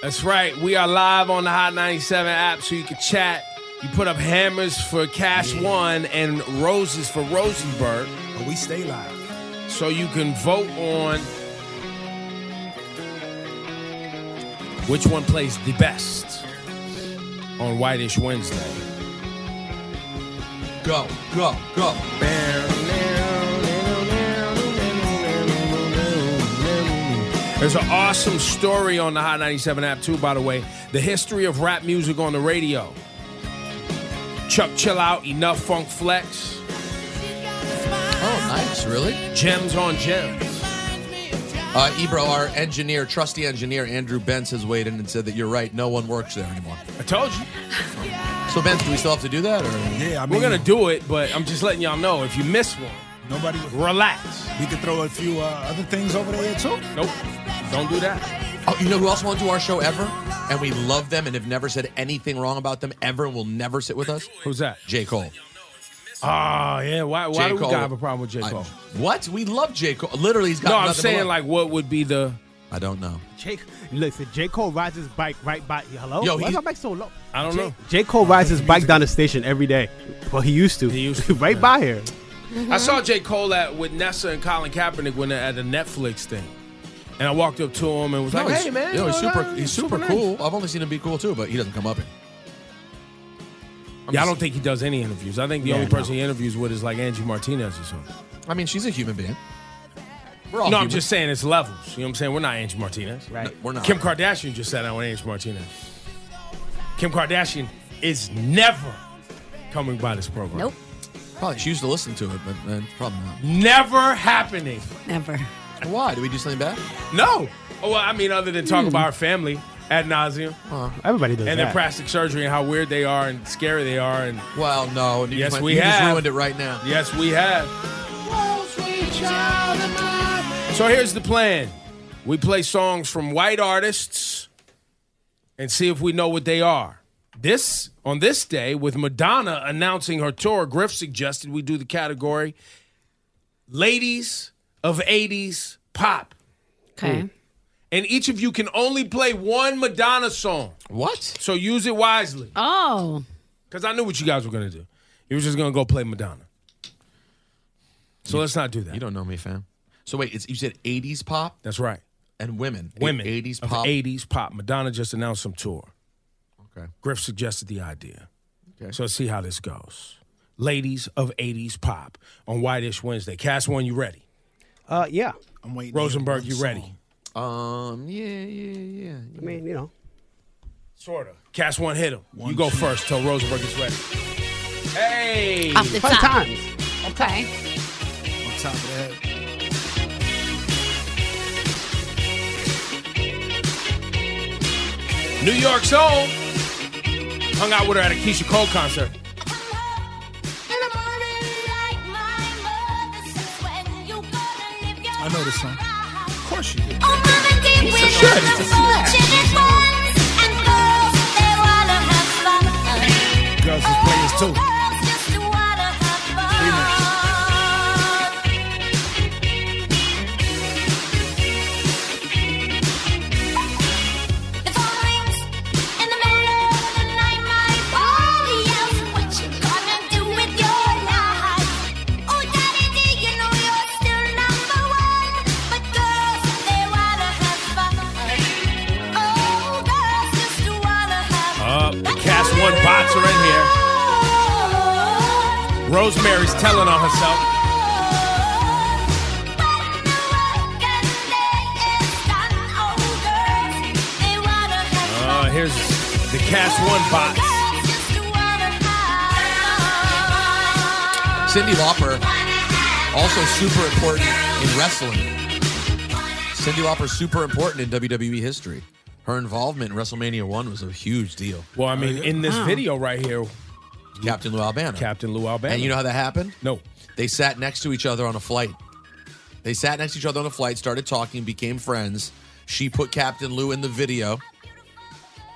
That's right. We are live on the Hot 97 app so you can chat. You put up hammers for Cash One and roses for Rosenberg But we stay live. so you can vote on which one plays the best on Whitish Wednesday. Go, go, go. There's an awesome story on the Hot 97 app, too, by the way. The history of rap music on the radio. Chuck Chill Out, Enough Funk Flex, Oh, nice, really? Gems on Gems. Uh, Ebro, our engineer, trusty engineer, Andrew Benz has weighed in and said that you're right. No one works there anymore. I told you. So, Benz, do we still have to do that? Or? Yeah, I mean, We're going to do it, but I'm just letting y'all know if you miss one, nobody. relax. We could throw a few uh, other things over there too. Nope. Don't do that. Oh, you know who else won't do our show ever? And we love them and have never said anything wrong about them ever and will never sit with us? Who's that? J. Cole. Oh, yeah. Why, why J. do we Cole. gotta have a problem with J. I- Cole? what? We love J. Cole. Literally, he's got no, I'm nothing saying, to love. like, what would be the. I don't know. J. Listen, J. Cole rides his bike right by. Hello? Yo, Why he's- is my bike so low? I don't J. know. J. Cole rides his bike down the station every day. Well, he used to. He used to, right yeah. by here. I saw J. Cole at with Nessa and Colin Kaepernick when they're at the Netflix thing. And I walked up to him and was No, like, he's- hey, man. yo, he's uh, super, he's super, nice." cool. I've only seen him be cool, too, but he doesn't come up here. I'm Yeah, I just- don't think he does any interviews. I think the only person he interviews with is like Angie Martinez or something. I mean, she's a human being. We're all No, I'm human. just saying it's levels. You know what I'm saying? We're not Angie Martinez. Right. We're not. Kim Kardashian just sat down with Angie Martinez. Kim Kardashian is never coming by this program. Nope. Probably she used to listen to it, but uh, probably not. Never happening. Never. Why? Do we do something bad? No. Oh, well, I mean, other than Hmm. talk about our family ad nauseum Everybody does and that. their plastic surgery and how weird they are and scary they are. And Well, no. You Yes, just, we you have. just ruined it right now. yes, we have. So here's the plan we play songs from white artists and see if we know what they are. This on this day, with Madonna announcing her tour, Griff suggested we do the category Ladies of 80s Pop. Okay. And each of you can only play one Madonna song. What? So use it wisely. Oh. Because I knew what you guys were going to do. You were just going to go play Madonna. So let's not do You that. don't know me, fam. So wait, it's, you said 80s pop That's right. and women. A- Women. 80s of pop. 80s pop. Madonna just announced some tour. Okay. Griff suggested the idea. Okay. So let's see how this goes. Ladies of 80s pop on Whitish Wednesday. Cast one, you ready? Uh, yeah. I'm waiting. Rosenberg, you One ready? song. Um. Yeah. Yeah. Yeah. I mean, you know. Sort of. Cast one, hit him. you go first till Rosenberg gets ready. Hey! Off the Fun top. times. Okay. On top of that, New York Soul. Hung out with her at a Keisha Cole concert. I know this song. of course you do. Girls is players too. Uh, the Cast One bots are in here. Rosemary's telling on herself. Uh, here's the Cast One bots. Cindy Lauper, also super important in wrestling. Cindy Lauper, super important in WWE E history. Her involvement in WrestleMania One was a huge deal. Well, I mean, in this video right here, Captain Lou Albano. Captain Lou Albano. And you know how that happened? No. They sat next to each other on a flight. They sat next to each other on a flight, started talking, became friends. She put Captain Lou in the video,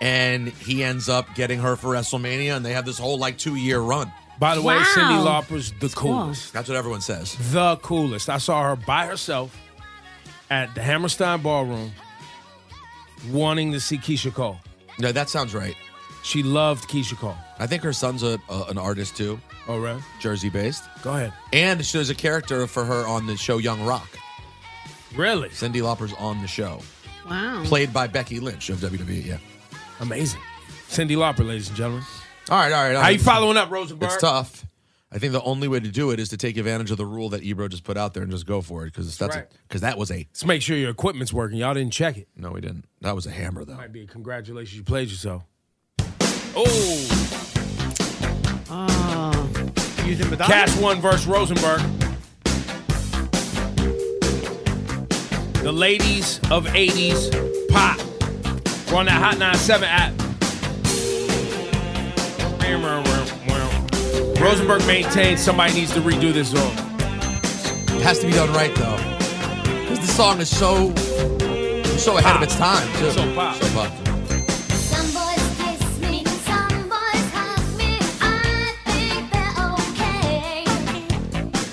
and he ends up getting her for WrestleMania, and they have this whole like two year run. By the way, Cindy Wow. Lauper's the cool. coolest. That's what everyone says. The coolest. I saw her by herself at the Hammerstein Ballroom wanting to see Keisha Cole. No, that sounds right. She loved Keisha Cole. I think her son's a, a an artist too, All right. Jersey based, Go ahead. and there's a character for her on the show Young Rock. Really? Mm. Cindy Lauper's on the show, Wow. played by Becky Lynch of WWE. Yeah. Amazing. Cindy Lauper, ladies and gentlemen. All right, all right. All How you right. following up, Rosenberg? It's tough. I think the only way to do it is to take advantage of the rule that Ebro just put out there and just go for it because that's right. because that was a Let's make sure your equipment's working. Y'all didn't check it. no, we didn't. That was a hammer though. Might be a congratulations, you played yourself. Oh, Oh. Using Madonna. Cash One versus Rosenberg. The ladies of 80s pop. We're on that Hot 97 app. Rosenberg maintains somebody needs to redo this song. It has to be done right though because the song is so so ahead Pop. of its time too. So pop. So pop. Some boys kiss me, some boys hug me. I think they're okay.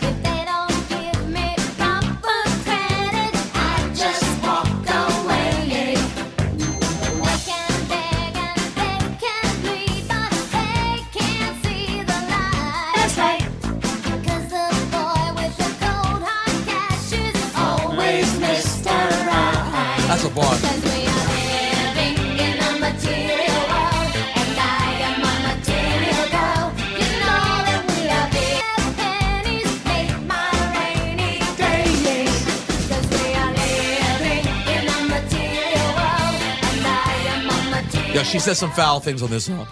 If they don't give me proper credit, I just walk away. They can beg and they can plead, but they can't see the light. That's right. 'Cause the boy with the cold hard cash is always Mr. Right. That's a bar. Cause we are living in a material world, and I am a material girl. You know that we are big pennies make my rainy days. 'Cause we are living in a material world, and I am a material. Yeah, she says some foul things on this song.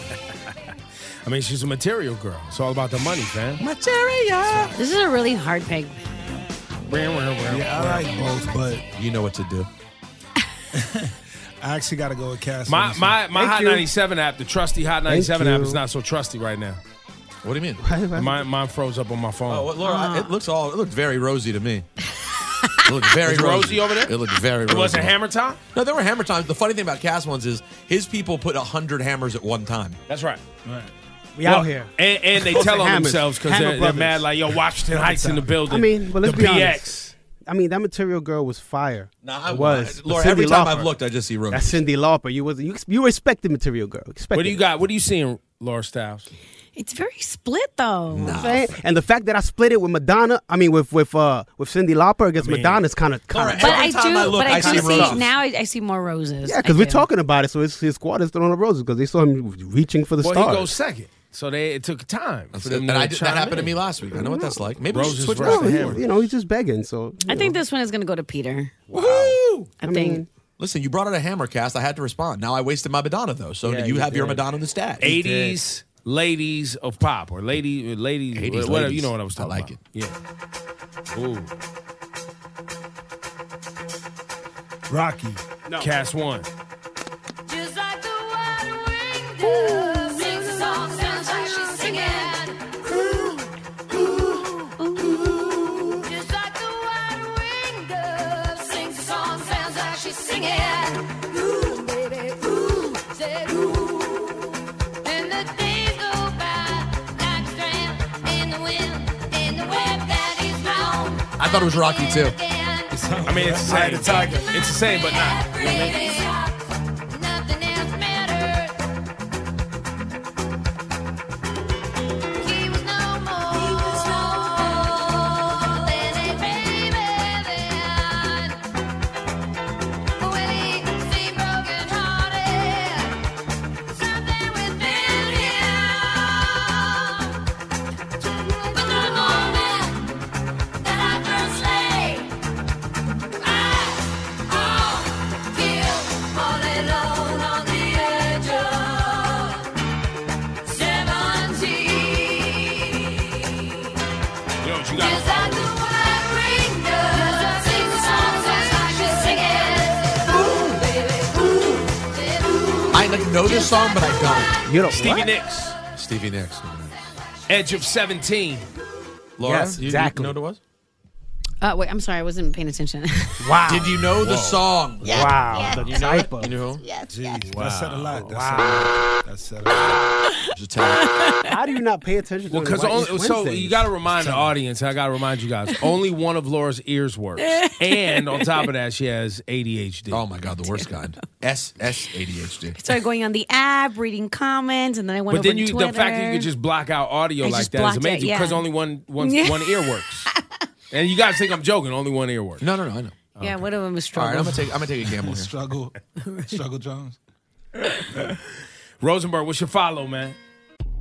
I mean, she's a material girl. It's all about the money, man. This is a really hard peg. Yeah, I like both, but You know what to do. I actually got to go with Cass. on My this my my Thank Hot you. 97 app, the trusty Hot 97 app, you. is not so trusty right now. What do you mean? Mine mine froze up on my phone. Oh, well, Laura, I- it looks all it looked very rosy to me. It looked very Is it rosy rosy over there? It looked very rosy. it wasn't hammer time. No, there were hammer times. The funny thing about Cass ones is his people put hundred hammers at one time. That's right. one. Right. We out Well, here. And, and they Those tell are on hammers. themselves because Hammer they're, they're brothers. mad like, yo, Washington Heights in the building. I mean, but let's the be PX. honest. I mean, that material girl was fire. Nah, I It was. Laura, But every Cyndi time Lauper. I've looked, I just see rosy. That's Cindy Lauper. You was you, you were expecting material girl. Expected. What do you got? What are you seeing, Laura Styles? It's very split though. it. Saying? And the fact that I split it with Madonna, I mean with with uh with Cindy Lauper against Madonna is kind of kind Alright. of But Every I do, time I look, but I I see do see roses. now. I, I see more roses. yeah, because I we're do. talking about it. So his his squad is throwing the roses because they saw him reaching for the Well, stars. he goes second, so they it took time. For them and to I did, that chime happened to in. me last week. I know what that's like. Maybe Roses we should switch versus back to the He- hammer. you know, he's just begging. So I think this one is going to go to Peter. Woo! I, think. Listen, you brought out a hammer cast. I had to respond. Now I wasted my Madonna though. So Yeah, you you have your did. Madonna in the stat. Eighties ladies of pop or lady ladies, 80s whatever ladies. you know what I was I talking like about. Yeah. Ooh. Rocky. Cast one. Just like the water ring does. Sing song sounds like she's singing. Ooh, ooh, ooh. Just like the water ring does. Sing song sounds like she's singing. Ooh, baby, ooh, say ooh. And the days go by like strand in the wind, in the web that is blown. I thought it was Rocky, too. Again. I mean, it's the Eye of same. It's the tiger. the same, but not. Nothing else mattered. He was no more than a baby When he seemed broken something within him. But the moment that I first lay I all killed know this song, but I You don't. Stevie what? Nicks, don't. Stevie Nicks. Edge of 17. Laura, Yes, you- you exactly. know what it was? Uh, wait, I'm sorry, I wasn't paying attention. Wow. Did you know the song? Wow. the type You of. know, Jeez, that said a lot. That said a lot. That said a lot. just tell me. How do you not pay attention? Well, to because so you got to remind the audience. I got to remind you guys. Only one of Laura's ears works, and on top of that, she has ADHD. Oh my God, the worst kind. S S ADHD. Started going on the app, reading comments, and then I went but over then to you, Twitter. the fact that you could just block out audio I like just that is blocked it, amazing yeah. because only one one Yeah. one ear works. and you guys think I'm joking? Only one ear works. No, no, no. I know. yeah, one of them was All strong. right, I'm gonna take. I'm gonna take a gamble here. Struggle. Struggle Jones. Rosenberg, what's your follow, man?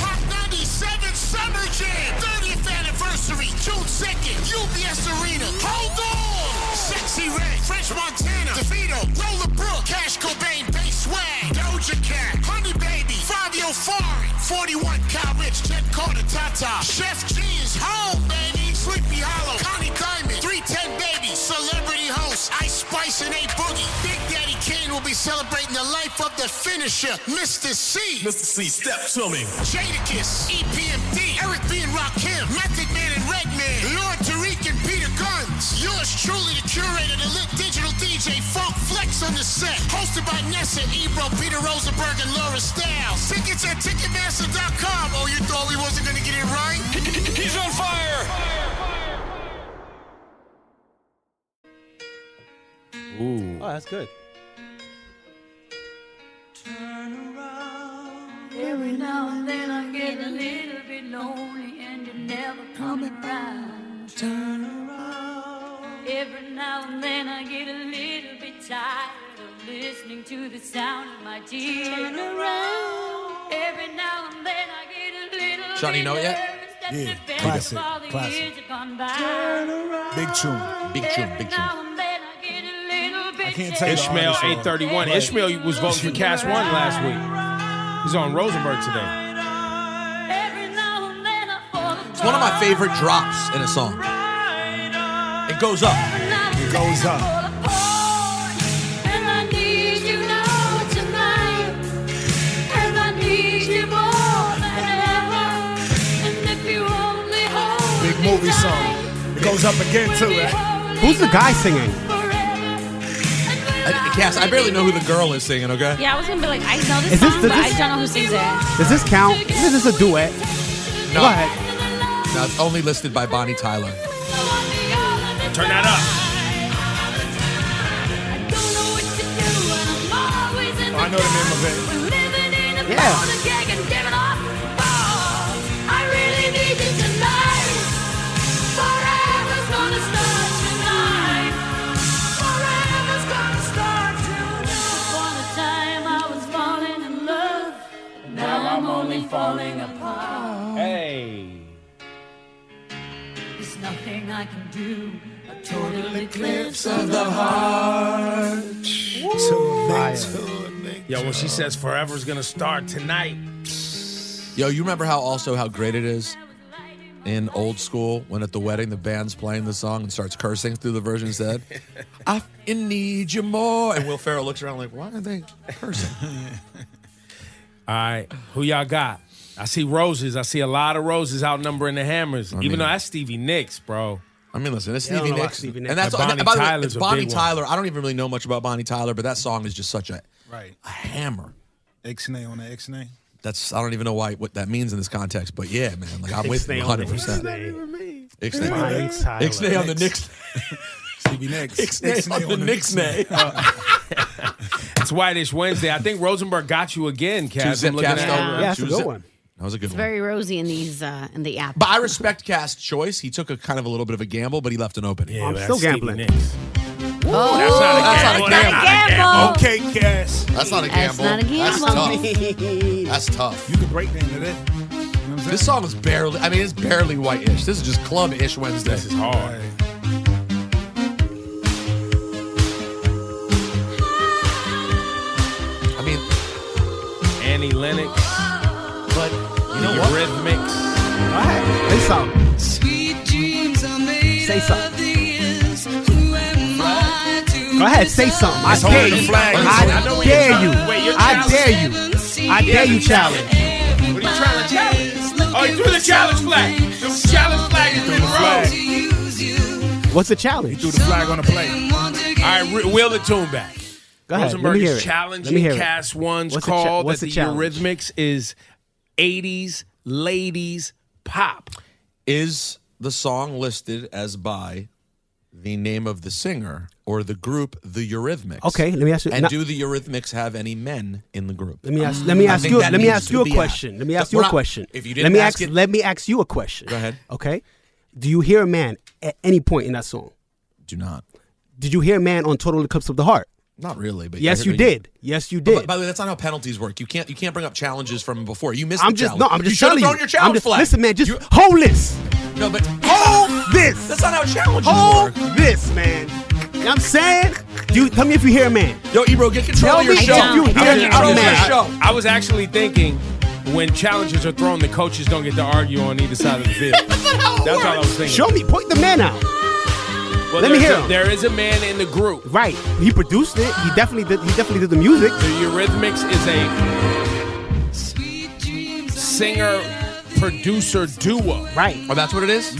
Hot 97 Summer Jam 30th anniversary, June 2nd, UBS Arena. Hold on! Sexy Red, French Montana, DeVito, Lola Brooke, Cash Cobain, Bass Swag, Doja Cat, Honey Baby, Fabio Fari, 41 Kyle Rich, Jet Carter, Tata, Chef G is home, baby. Sleepy Hollow, Connie Diamond, 310 Baby, Celebrity Host, Ice Spice and A Boogie. Big Daddy Kane will be celebrating the life of the finisher, Mr. C. E Mr. C, step to me. Jadakiss, EPMD, Eric B. and Rakim, Method Man and Redman, Lord Tariq and Peter Guns. Yours truly, the curator, the lit digital DJ Funk Flex on the set. Hosted by Nessa, Ebro, Peter Rosenberg, and Laura Stiles. Tickets at Ticketmaster.com. Oh, you thought we wasn't going to get it right? He's on fire! Oh, that's good. Every now and then I get a little bit lonely and you're never coming round. Turn around. Every now and then I get a little bit tired of listening to the sound of my tears. Turn around. Every now and then I get a little Sean, bit you know it yet? nervous that Yeah, the best classic, of all the classic. years have gone by. Turn Big tune. Big tune, big tune. Now and then I get a little bit can't tell you the Ishmael artist, though. 831. Right. Ishmael was voting for Cast One last week. He's on Rosenberg today. Every now and then I fall apart. It's one of my favorite drops in a song. It goes up. It goes up. Oh, And I need you now tonight. And I need you more than ever. And if you only hold Big me movie tight, song. It goes up again we'll too. be eh? holding Who's the guy on singing? forever. And we'll I, Cass, I barely know who the girl is singing. Okay. yeah, I was gonna be like, I know this Is this- song, does but this- I don't know who sings it. Does this count? This is a duet. No, Go ahead. no, it's only listed by Bonnie Tyler. Turn that up. Oh, I know the name of it. Yeah. Now I'm only falling apart. Hey. There's nothing I can do. A total eclipse of Yo, when she says forever's gonna start tonight. Yo, you remember how also how great it is in old school when at the wedding the band's playing the song and starts cursing through the version instead? I f***ing need you more. And Will Ferrell looks around like, why are they cursing? All right, who y'all got? I see roses. I see a lot of roses outnumbering the hammers. Even mean- though that's Stevie Nicks, bro. I mean, listen, it's Yeah, I don't Stevie know about Nicks. Stevie Nicks. And that's But Bonnie and by the way, Tyler's it's a Bonnie big one. Tyler. I don't even really know much about Bonnie Tyler, but that song is just such a, Right. a hammer. Ixnay on the Ixnay. That's I don't even know why what that means in this context, but yeah, man, like I'm with you Ixnay on the 100. percent Ixnay Bonnie Tyler. Ixnay on the Knicks. Stevie Nicks. Ixnay on the Knicks. It's Whitish Wednesday. I think Rosenberg got you again, Kaz. Two-zip I'm looking cast at over. Yeah, that's a Choose good it. one. That was a good one. Very rosy in these uh, in the app. But I respect Cast's choice. He took a kind of a little bit of a gamble, but he left an opening. Yeah, I'm but still that's Stevie gambling. Nicks. oh, That's that's not a not a gamble. gamble. gamble. Okay, Cass. That's not a That's gamble. not a gamble. That's tough. That's tough. You can break the end of that. This song is barely, I mean, it's barely white-ish. This is just club-ish Wednesday. This is hard. I mean, Annie Lennox. But you know what? Rhythmics. This song. Sweet dreams are made Say something. of these. Who am I to Go ahead, say something. I It's dare holding you. the flag. I I know what dare you. you're trying- wait, you're I challenging- dare you. I dare you challenge. What are you trying to challenge? Oh, you threw the challenge flag. The challenge flag has been wrong. What's the challenge? Threw the flag on the plate. All right, re- wheel the tune back. Go ahead. Let Rosenberg me hear is it. challenging Let me hear it. Cast One's What's the cha- call what's that the the challenge? Eurythmics is 80s ladies pop. is the song listed as by the name of the singer or the group, the Eurythmics? Okay, let me ask you- And now- do the Eurythmics have any men in the group? Let me ask. Let me ask you. Let me ask you a question. Let me ask you a question. uh, If you let didn't me ask, ask. it, Let me ask you a question. Go ahead. Okay. Do you hear a man at any point in that song? do not. Did you hear a man on Total Eclipse of the Heart? Not really, but Yes, you're- you did. Yes, you But did. by the way, that's not how penalties work. You can't you can't bring up challenges from before. You missed I'm the just challenge. no. I'm just you telling should you. have thrown your I'm challenge just, flag. Listen, man. Just You- hold this. no, but Hold this. that's not how challenges Hold work. this, Oh, man. You know what I'm saying? You tell me if you hear a man. Yo, Ebro, get control Tell of your me show. if you Get hear control a of your man. show. I was actually thinking when challenges are thrown, the coaches don't get to argue on either side of the field. That's all I was thinking. Show me. Point the man out. Well, let me there's hear a- him. There is a man in the group. Right. He produced it. He definitely did. He definitely did the music. The Eurythmics is a singer producer duo. Right. Oh, that's what it is.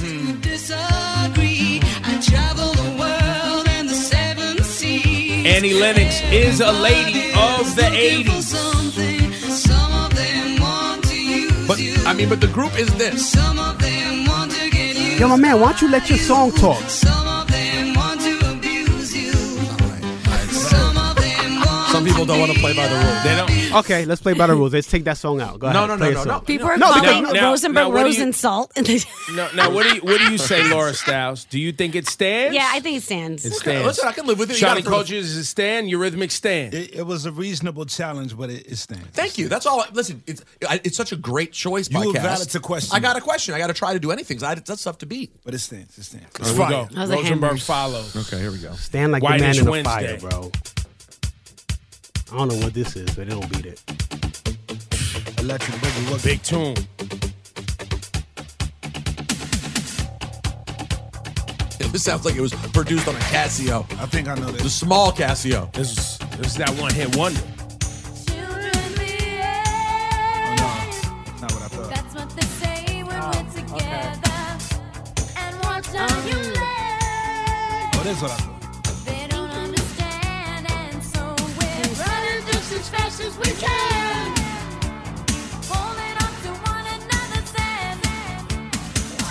Mm-hmm. Annie Lennox is a lady of the 80s. But I mean, but the group is this. Yo, my man, why don't you let your song talk? Some people don't want to play by the rules. They don't. Okay, let's play by the rules. Let's take that song out. Go No, ahead. no, no, play no, your song. People are No, calling because- now- Rosenberg now what do you- Rosensalt. No, now what do you what do you say, Laura Styles? Do you think it stands? yeah, I think it stands. it Okay, stands. listen, I can live with it. You Johnny gotta prove- Coaches is a stand. Eurythmic stand. It, it was a reasonable challenge, but it, it stands. Thank you. That's all. I- Listen, it's I- it's such a great choice. You were podcast. valid to question. I got a question. I got to try to do anything. I, that's tough to beat. But it stands. It stands. Here we go. How's the Rosenberg hammers? follows. Okay, here we go. Stand like Whitish the man in the Wednesday. fire, bro. I don't know what this is, but it don't beat it. Electric boogie woogie. Big tune. This sounds like it was produced on a Casio, I think I know the this. small Casio. This is this is that one hit wonder. Oh, no, it's not what I thought. That's what they say when we're together. And watch how you live. Oh, this is what I thought. They don't understand, and so we're running just as fast as we can. Holding on to one another's hand,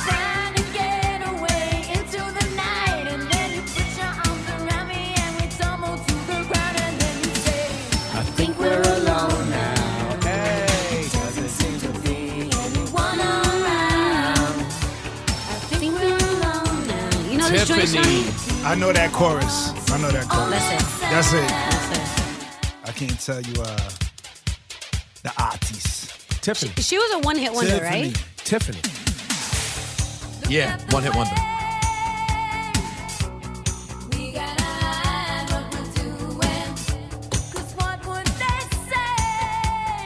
trying to get away into the night. And then you put your arms around me, and we tumble to the ground, and then you say, I think we're alone now. Hey, doesn't seem to be anyone around. I think we're alone now. You know this joint, Shawnee? Tiffany. I know that chorus. I know that chorus. That's it. That's it. That's it. I can't tell you uh the artists. Tiffany. She was a one-hit wonder, Tiffany. right? Tiffany. Yeah, one hit wonder. We gotta hide what we're doing. 'Cause what would they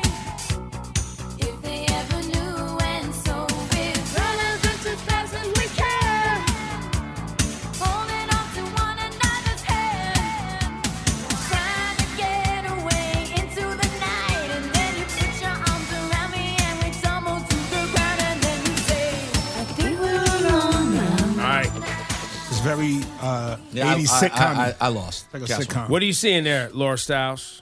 say if they ever knew? And so we're running just as fast as we can, holding on to one another's hand, trying to get away into the night. And then you put your arms around me and we tumble to the ground. And then you say, I think we're alone now. All right. It's very uh Yeah, 80s I, I- sitcom. I, I, I lost. like a Casio. sitcom. What are you seeing there, Laura Styles?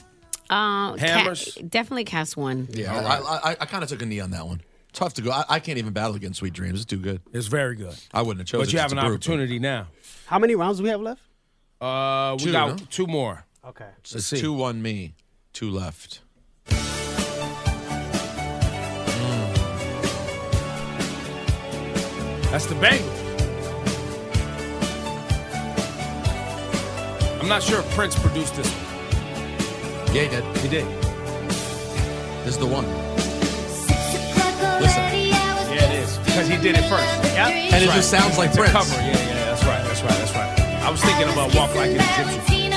Um, ca- Hammers? definitely cast one. Yeah, I, I, I, I kind of took a knee on that one. Tough to go. I, I can't even battle against Sweet Dreams. It's too good. It's very good. I wouldn't have chosen. But you it. have It's an a group, but- opportunity now. How many rounds do we have left? Uh, we Two, got no? two more. Okay. Let's It's see. two one me, two left. That's the bang. I'm not sure if Prince produced this. one. Yeah, he did. He did. This is the one. Six o'clock Listen. already, I was did it first. Yeah. And it just sounds like it's a Prince. cover. Yeah, yeah, that's right, that's right, that's right. I was thinking about Walk Like an Egyptian.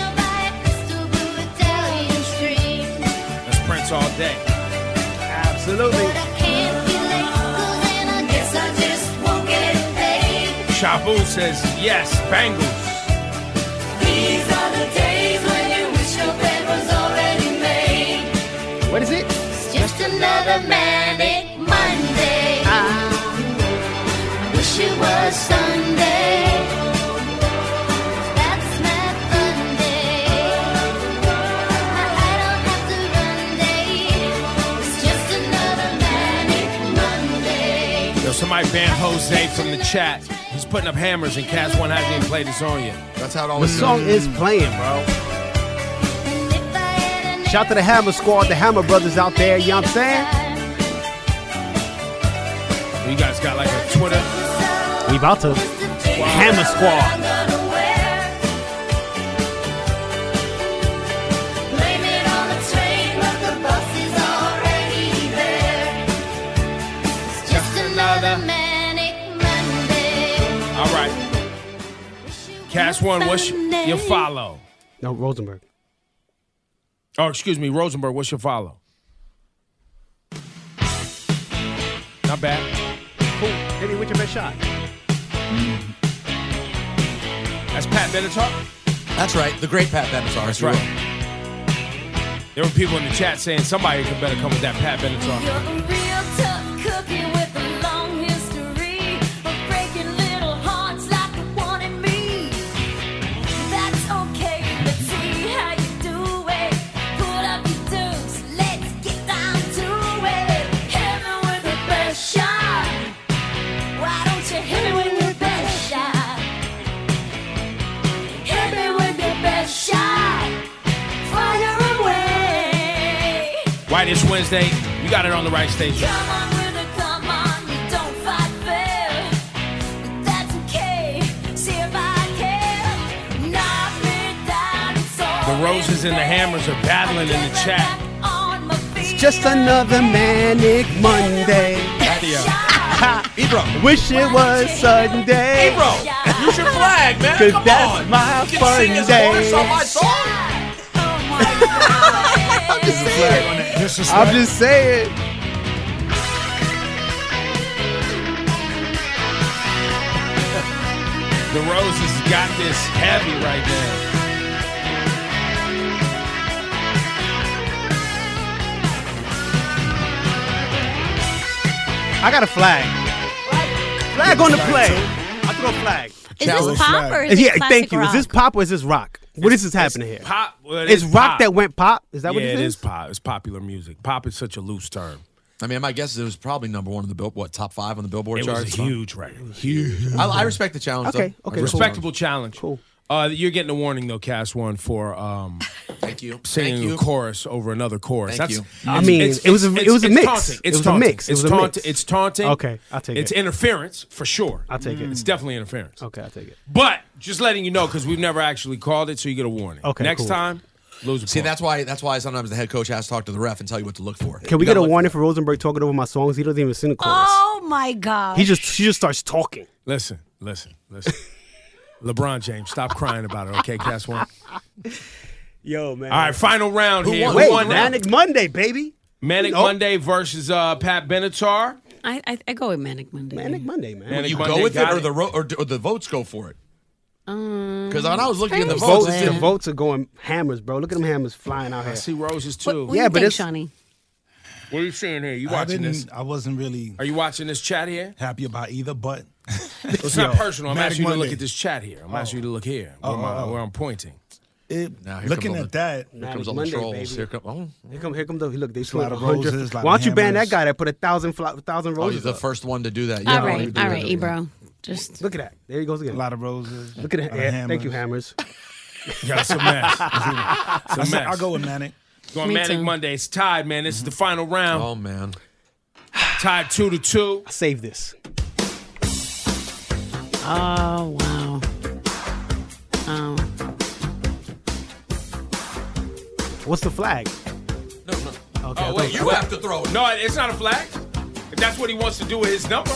That's Prince all day. Absolutely. Shabu says yes, bangles. What is it? Just another manic Monday. Ah. I wish it was Sunday. That's my fun day. I don't have to run day. It's just another manic Monday. Yo, somebody banned Jose from the chat. He's putting up hammers and Cass One hasn't even played his song yet. That's how it The always song goes. is playing, bro. Shout to the Hammer Squad, the Hammer Brothers out there, you know what I'm saying? You guys got like a Twitter. We about to. Hammer Squad. Blame it on the train, but the bus is already there. It's just another manic Monday. All right. Cass One, what's your, your follow? No, Rosenberg. Oh, excuse me, Rosenberg, what's your follow? Not bad. Cool. Hit me with your best shot. Mm-hmm. That's Pat Benatar. That's right. The great Pat Benatar. That's right. There were people in the chat saying somebody could better come with that Pat Benatar. You're a real tough cookie with a long history of breaking little hearts like the one in me. That's okay, let's see how you do it. Pull up your dukes, let's get down to it. Hit me with the best shot. Why don't you hit me with your best shot? Hit me with your best shot. Fire away. Why this Wednesday? You got it on the right station. Come on, winner, come on, you don't fight fair. But that's okay, see if I care. Knock me down, it's all The roses and the hammers are battling in the chat. on my feet. It's just another manic Monday. Patio. Ebro. Wish it was Sunday. Ebro. Use your flag, man. Cause Come that's on. my you fun can sing his day. chorus on my song. I'm just saying. The roses got this heavy right now. I got a flag. Flag on the play. I throw a flag. Is this pop or is Yeah, it classic thank you. Rock? Is this pop or is this rock? What is this happening here? Pop. well, it It's is rock pop. that went pop. Is that what yeah, it is? it is pop. It's popular music. Pop is such a loose term. I mean, my guess is it was probably number one on the bill. What top five on the Billboard It chart? was a huge record. Huge. I, I respect the challenge. Okay, though. I respect it. okay, cool. Respectable challenge. Cool. Uh, you're getting a warning though, Cass One, for um, Thank you. Thank singing you. a chorus over another chorus. Thank you. That's, I it's- mean, it's- it was a- it's- it was a it's mix. Taunting. It It's was a taunting. mix. It It's was a taunting. mix. It's taunting. Okay, I'll take It's it. interference for sure. I'll take it. It's definitely interference. Okay, I'll take it. But just letting you know because we've never actually called it, so you get a warning. Okay, Next cool. time, lose. A See, point. that's why. That's why sometimes the head coach has to talk to the ref and tell you what to look for. Can we You get gotta a look warning for Rosenberg talking over my songs? He doesn't even sing the chorus. Oh my God. He just she just starts talking. Listen, listen, listen. LeBron James, stop crying about it, okay, Cass One? Yo, man. All right, final round here. won? Who Wait, won now? Manic Monday, baby. Manic Nope. Monday versus uh, Pat Benatar. I, I, I go with Manic Monday. Manic Monday, man. Manic You Monday go with it, got or the ro- or, d- or the votes go for it. Mm. Because when I was looking at the pretty votes, votes, it the Glenn. said- votes are going hammers, bro. Look at them hammers flying out I here. see roses What, too. what Yeah, do you but think, it's- Shawnee? What are you seeing here? You I watching this? didn't- I wasn't really Are you watching this chat here? happy about either, but It's not personal. I'm Manic asking you to look Monday. Oh, at this chat here. I'm asking you to look here where, my- where I'm pointing. it, Now, here looking come all at the- that, Here comes all Monday, the trolls. baby. Here come, oh, Here come, here come the look. They threw lot a of hundred. roses, lot Why of don't you ban that hammers. guy that put a thousand fl- thousand oh, roses? you're the up? first one to do that. all Yeah, right, all right, Ebro. Just Look at that. There he goes a again. lot of roses. Look at a that. lot of Yeah, Thank you, hammers. Yeah, it's a mess. It's a- it's a I said, mess. I'll go with Manic. Going Me Manic too. Monday. It's tied, man. This is the final round. Oh man. Tied two to two. Save this. oh wow. Oh. What's the flag? No, no. Okay. Oh wait, you have to throw it. No, it's not a flag. If that's what he wants to do with his number,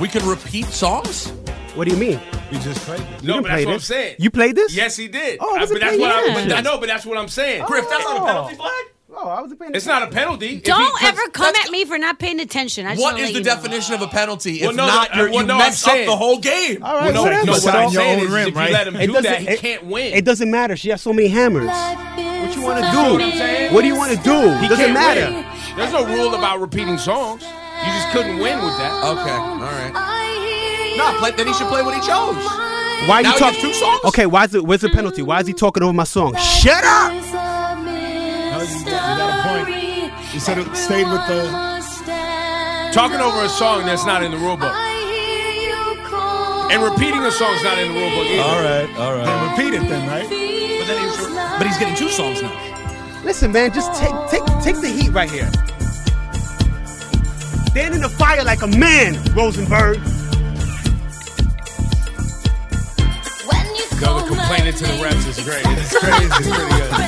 We can repeat songs? What do you mean? You just played it. No, You but play that's what I'm this? saying. You played this? Yes, he did. Oh, I- that's but a that's good what I, question. but I know, but that's what I'm saying. Griff, that's not a penalty, Black. Oh, I was a It's not a penalty. If he- Don't ever that's- come at me for not paying attention. I just What wanna is let the you know. definition of a penalty? Well, if no, not, no, you're, well, you no, I'm mess up saying- the whall game. All right, Well, no, whatever. no, what But I'm on your saying own is, rim, if right? you let him It do doesn't- that, he it- can't win. It doesn't matter. She has so many hammers. What you wanna You know do? what I'm saying? What do you want to do? He doesn't can't matter. win. There's no rule about repeating songs. You just couldn't win with that. Okay, all right. No, play, then he should play what he chose. Why Now you he talking gets two songs? Okay, why is it? Where's the penalty? Why is he talking over my song? Shut up! No, you, you got a point. You said it stayed with the. Talking over a song that's not in the rule book. And repeating a song's not in the rule book either. right, all right. Then repeat it then, right? But, then he should- but he's getting two songs now. Listen, man, just take take take the heat right here. Stand in the fire like a man, Rosenberg. No, the complaining to the refs is great. It's crazy. It's pretty good.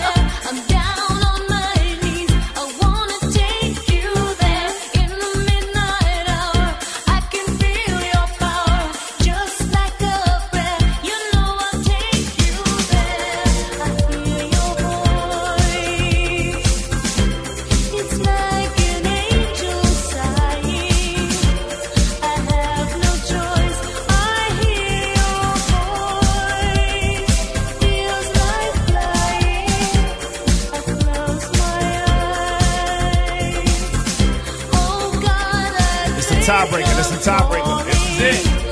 It's the tiebreaker. It's the tiebreaker. This is it.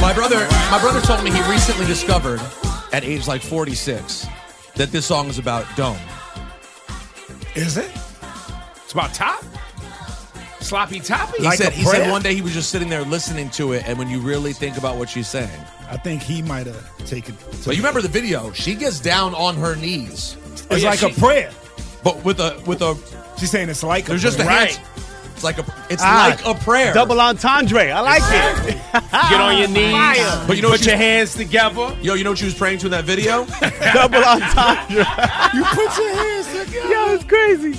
My brother, my brother told me he recently discovered, at age like 46, that this song is about Dome. Is it? It's about top? Sloppy toppy? He said a he said prayer? one day he was just sitting there listening to it, and when you really think about what she's saying, I think he might have taken. but you remember the video? She gets down on her knees, It's Oh, yeah, like she- a prayer. but with a with a She's saying it's like there's a just a prayer. hand. It's like a it's Ah, like a prayer. Double entendre. I like it. Get on your knees. Ah, Fire. But you know put what your you- hands together. Yo, you know what she was praying to in that video? Double entendre. You put your hands together. Yo, it's crazy.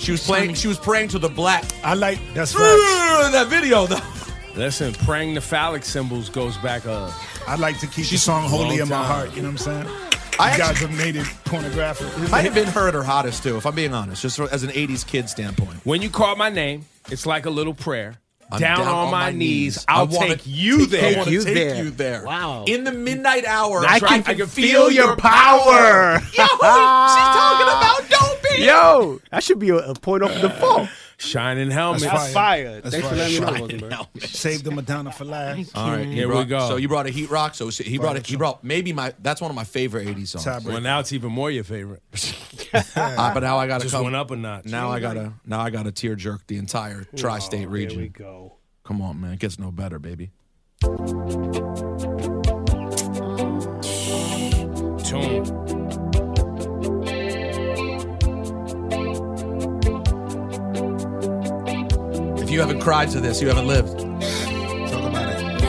She was playing. She was praying to the black. I like that's right. in that video, though. Listen, praying the phallic symbols goes back up. I like to keep the song holy in my time. heart. You know what I'm saying? I you guys actually- have made it pornographic. Might have been her at her hottest too, if I'm being honest, just as an '80s kid standpoint. When you call my name, it's like a little prayer. I'm Down, on my, knees, I'll I wanna take you I there. wanna you take there. you there. Wow. In the midnight hour, I can, I can feel, feel your your power. Yo, she's talking about dopey. Yo, Oh, that should be a, a point off the phone. Shining helmet. That's That's Fire. fire. That's Thanks for fire. letting me know. Fucking Rosenberg. hell. Saved the Madonna for last. All right, here Brought- we go. So you brought a heat rock. So he brought it. He brought maybe my. That's one of my favorite '80s songs. Tiebreaker. well, now it's even more your favorite. Uh, but now I gotta Just come. went up a notch. Now I gotta. Now I gotta tear jerk the entire tri-state region. Here we go. Come on, man. It gets no better, baby. Tune. If you haven't cried to this, you haven't lived. Talk about it.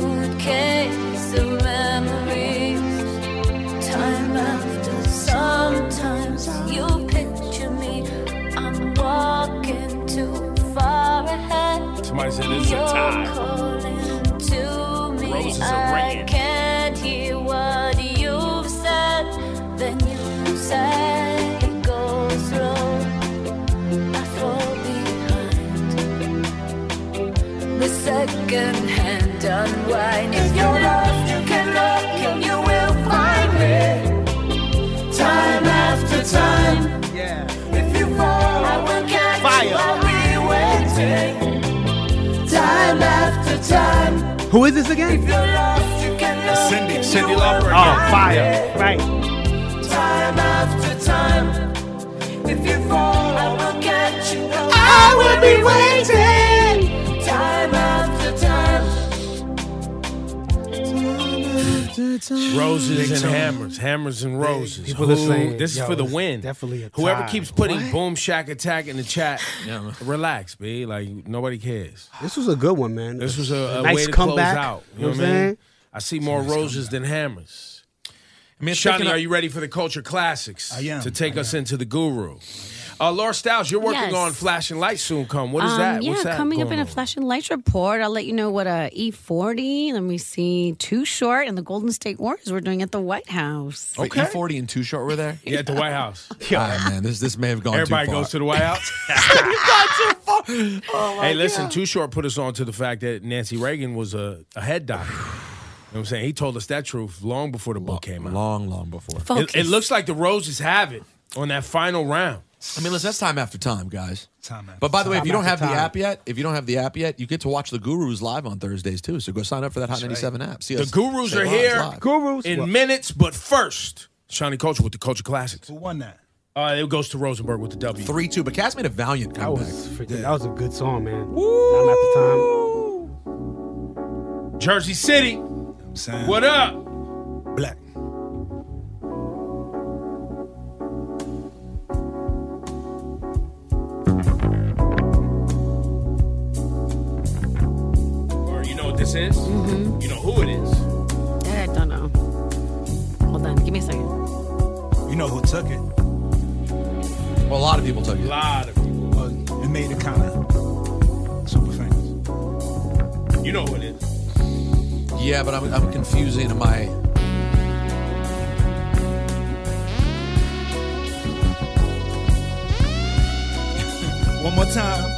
Suitcase of memories Time after sometimes you picture me. I'm walking too far ahead. Somebody said You're it's a tie. calling to me. Roses are I ringing. can't hear what you've said. Then you said it goes slow. I fall behind. The second hand unwind. If you love, you can look, and you will find me. Time after time. Yeah. If you fall, I will catch you. Fire. I'll be waiting. Time after time. Who is this again? If you love, you can look. Cindy, and Cindy you will Lauper. Oh, fire. Right. time after time. If you fall, I will catch you. I will I've been waiting time after time. Roses and hammers, hammers and roses. People are Who- saying, this is yo, for the it's win. definitely a Whoever tie. keeps putting boom shack attack in the chat, relax, b. Like nobody cares. This was a good one, man. This was a, a nice way to comeback. close out. You know what I'm I mean? saying? I see more roses than hammers. I mean, it's Shani, picking up- are you ready for the culture classics? I am. To take us into the guru. Uh, Laura Styles, you're working Yes. on Flashing Lights soon. Come, what is Um, that? Yeah, What's that coming up in going a on? flashing lights report. I'll let you know what a E40. Let me see. Too short and the Golden State Warriors were doing at the White House. Wait, E40 and Too Short were there? Yeah, at the White House. All right, man, this this may have gone Everybody too far. goes to the White House. Oh hey, listen, Too Short put us on to the fact that Nancy Reagan was a, a head doctor. You know what I'm saying? He told us that truth long before the book came out. Long, long before. It, it looks like the Roses have it on that final round. I mean, listen, that's time after time, guys. Time after But by the way, if time you don't have the after time. app yet, if you don't have the app yet, you get to watch the Gurus live on Thursdays too. So go sign up for that Hot 97 app. See the us Gurus say are live, here live. in Well- minutes, but first, Shawnee Culture with the Culture Classics. Who won that? Uh, it goes to Rosenberg with the W. 3 2, but Cass made a valiant That comeback. was freaking, that was a good song, man. Time after Jersey City. What up? Black. Or you know what this is? Mm-hmm. You know who it is. I don't know. Hold on. Give me a second. You know who took it? Well, a lot of people took it. A lot of people. and made it kind of super famous. You know who it is. Yeah, but I'm, I'm confusing my. One more time.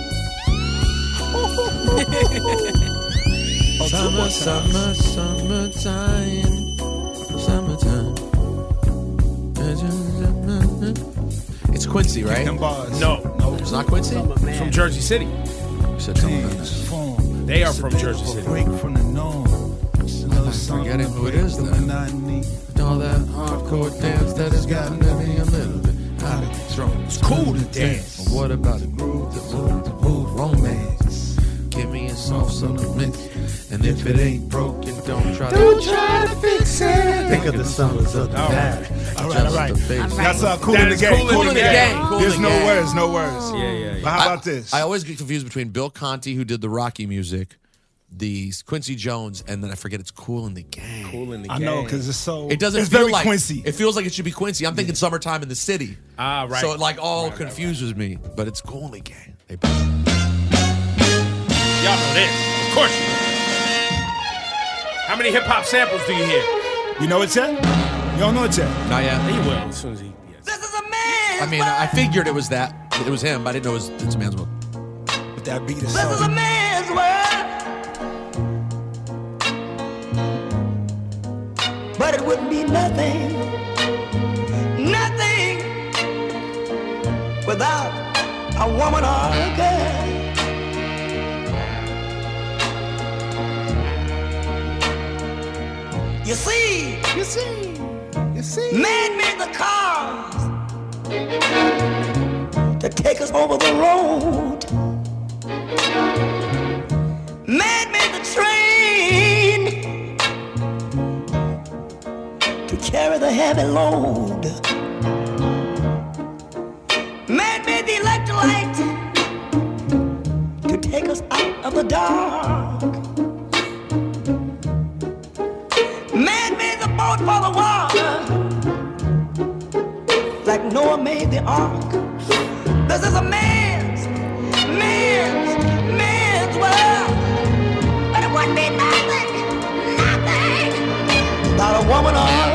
Oh, two more Summer, summer, summertime. Summertime. It's Quincy, right? No. No. It's not Quincy? It's from Jersey City. They are from Jersey City. Break from the norm. It's a little something forgetting to who it break is the then. monotony. All that hardcore dance that has gotten to me a little bit out of control. It's cool to dance. But what about the groove, the move, the move, romance? Give me a soft summer mix. And if it ain't broken, don't try Don't to. try to fix it. Think of the summers of the past. All right, all right. That's uh, cool That in the is game. cool in the game. Cool in There's the no game. words, no words. Yeah, yeah, But how about I, this? I always get confused between Bill Conti, who did the Rocky music, the Quincy Jones, and then I forget it's Cool in the Gang. Cool in the I know, 'cause it's so- It doesn't it's feel very like Quincy. It feels like it should be Quincy. I'm thinking Summertime in the City. Ah, right. So it like all confuses me, but it's Cool in the Gang. They Y'all know this. Of course you know. How many hip hop samples do you hear? You know it yet? You don't know it yet? Not yet. He will as soon as he. I mean, I figured it was that. It was him. I didn't know it was it's a man's world. But that beat is This is a man's world. But it would be nothing, nothing without a woman or a girl. You see, you see, you see, man made the cars to take us over the road. Man made the train to carry the heavy load. Man made the electrolyte to take us out of the dark. Man made the boat for the water like Noah made the ark. This is a man's, man's, man's world. But it wouldn't be nothing, nothing without a woman or a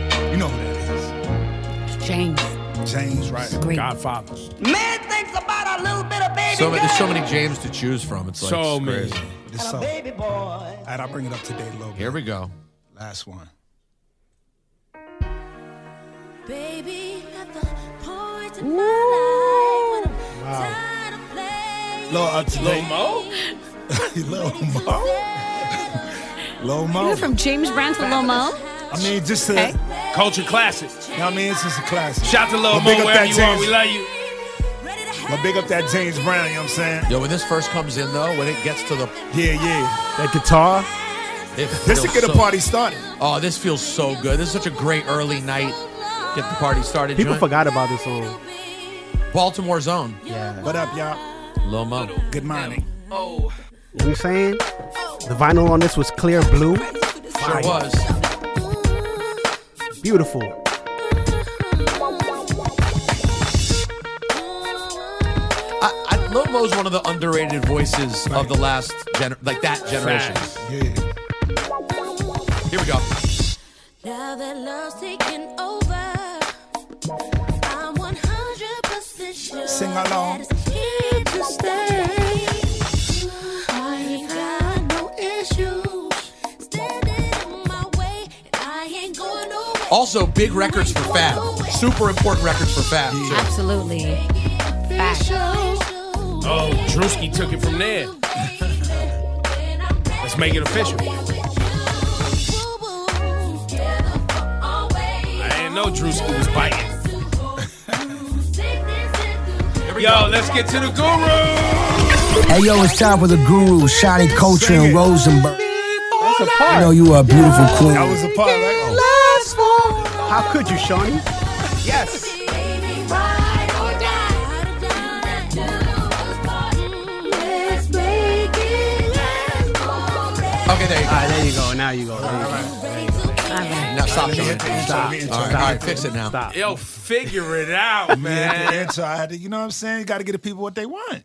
girl. You know who that is. James. is. James, right. Godfather. Man thinks about a little bit of baby So many, girl there's so many James to choose from. It's like So it's many. crazy. This and a song. baby boy. And I'll bring it up today, Logan. Here we go. Last one. Baby, at the point in my life when I'm tired of playing Lil, uh, Lil Mo? Lil Mo? Lil Mo? You went from James Brown to Lomo. I mean, just to Culture classic. I mean, it's just a classic. Shout to Lil But Mo big up wherever that you are. James- We love you. But big up that James Brown, you know what I'm saying? Yo, when this first comes in though, when it gets to the Yeah, yeah. That guitar. This to get the party started. Oh, this feels so good. This is such a great early night. Get the party started. People joint. forgot about this song. Baltimore's own. Yeah. What up, y'all? Lil Mo. Good morning. Oh. You know what I'm saying? The vinyl on this was clear blue. Sure was. Beautiful. I, I, Lil Mo's one of the underrated voices of the last gen, like that generation. Here we go. Now that love's taken over, I'm 100% sure Sing along. that it's here to stay. I ain't got no issues standing in my way, and I ain't going nowhere. Also, big records for Fab. Super important records for Fab. Absolutely. Fact. Oh, Drewski took it from there. Let's make it official. I didn't know Drewski was biting. Yo, let's get to the guru. Hey yo, it's time for the guru, Shotty Culture and Rosenberg. That's a part. I know you are a beautiful queen. That was a part, right? How could you, Shawnee? Yes. Okay, there you go. All right, there you go. Now you go. There you go. Now stop, John. Stop. Intro, All right, all right, fix it now. Stop. Yo, figure it out, Yeah, man. the intro. I had to, you know what I'm saying? You got to get the people what they want.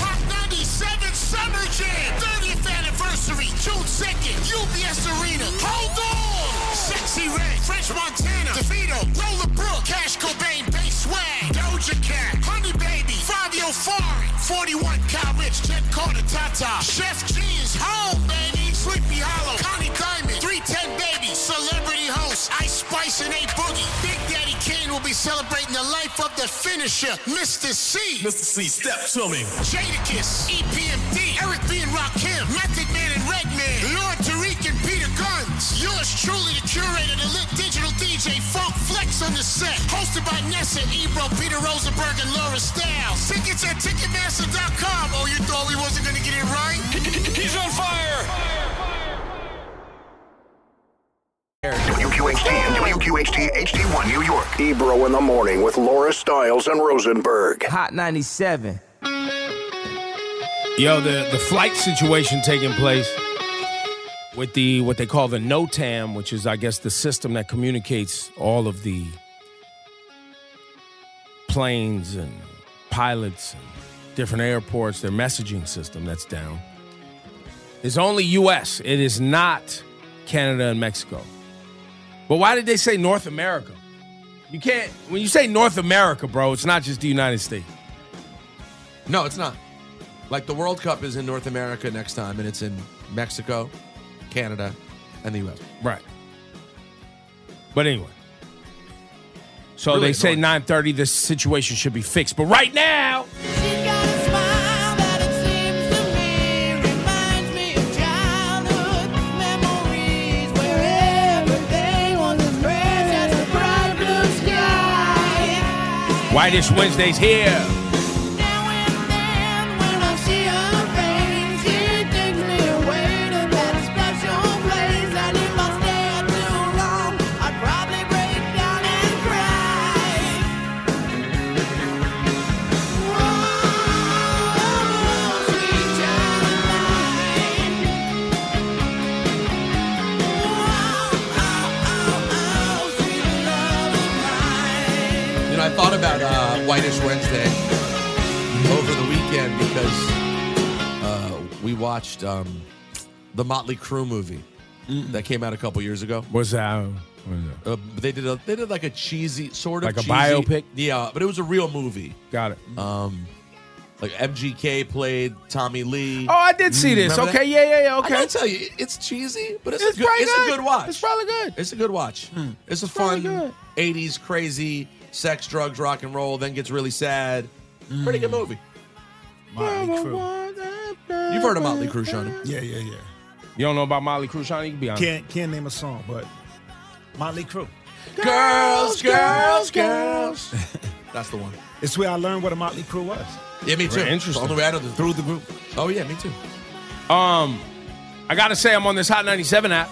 Hot 97 Summer Jam 30th anniversary, June 2nd, UBS Arena. Hold on! Sexy Red, French Montana, DeVito, Lola Brooke, Cash Cobain, Bass Swag, Doja Cat, Honey Baby, Fabio Foreign, 41 Kyle Rich, Ted Carter, Tata, Chef G is home, baby. Sleepy Hollow, Connie Diamond, 310 Baby, Celebrity Host, Ice Spice and A Boogie. Big Daddy Kane will be celebrating the life of the finisher, Mr. C. E Mr. C, step to me. Jadakiss, EPMD, Eric B. and Rakim, Method Man and Redman, Lord Tariq and Peter Guns. Yours truly, the curator, the lit digital DJ, Funk Flex on the set. Hosted by Nessa, Ebro, Peter Rosenberg, and Laura Stiles. Tickets at Ticketmaster.com. Oh, you thought we wasn't going to get it right? He's on fire! WQHT and WQHT HD1 New York. Ebro in the morning with Laura Stiles and Rosenberg. Hot 97. Yo, the, the flight situation taking place with the what they call the NOTAM, which is I guess the system that communicates all of the planes and pilots and different airports, their messaging system that's down. It's only US. It is not Canada and Mexico. But why did they say North America? You can't when you say North America, bro, it's not just the United States. No, it's not. Like the World Cup is in North America next time, and it's in Mexico, Canada, and the U.S. Right. But anyway. So Really they say annoying. 9:30 this situation should be fixed. But right now, why this Wednesday's here. You know, I thought about uh, Whitish Wednesday over the weekend because uh, we watched um, the Motley Crue movie. that came out a couple years ago. What's Mm-hmm. that? What is Uh, but they did a they did like a cheesy sort of Like a cheesy- biopic? Yeah, but it was a real movie. Got it. Um, like MGK played Tommy Lee. Oh, I did see this. Remember Okay, that? yeah, yeah, yeah. Okay. I gotta tell you, it's cheesy, but it's, It's a good, probably it's a good. good watch. It's probably good. Hmm. It's a good watch. It's a fun '80s crazy sex, drugs, rock and roll. Then gets really sad. Pretty Hmm. good movie. You've heard of Motley Crue, Sean? Yeah, yeah, yeah. You don't know about Molly Cruciani? You can be honest. Can't can't name a song, but Motley Crue. Girls, girls, girls. That's the one. It's where I learned what a Motley Crue was. Yeah, me too. Very interesting. On the way out of the through the group. Oh yeah, me too. Um, I gotta say, I'm on this Hot 97 app.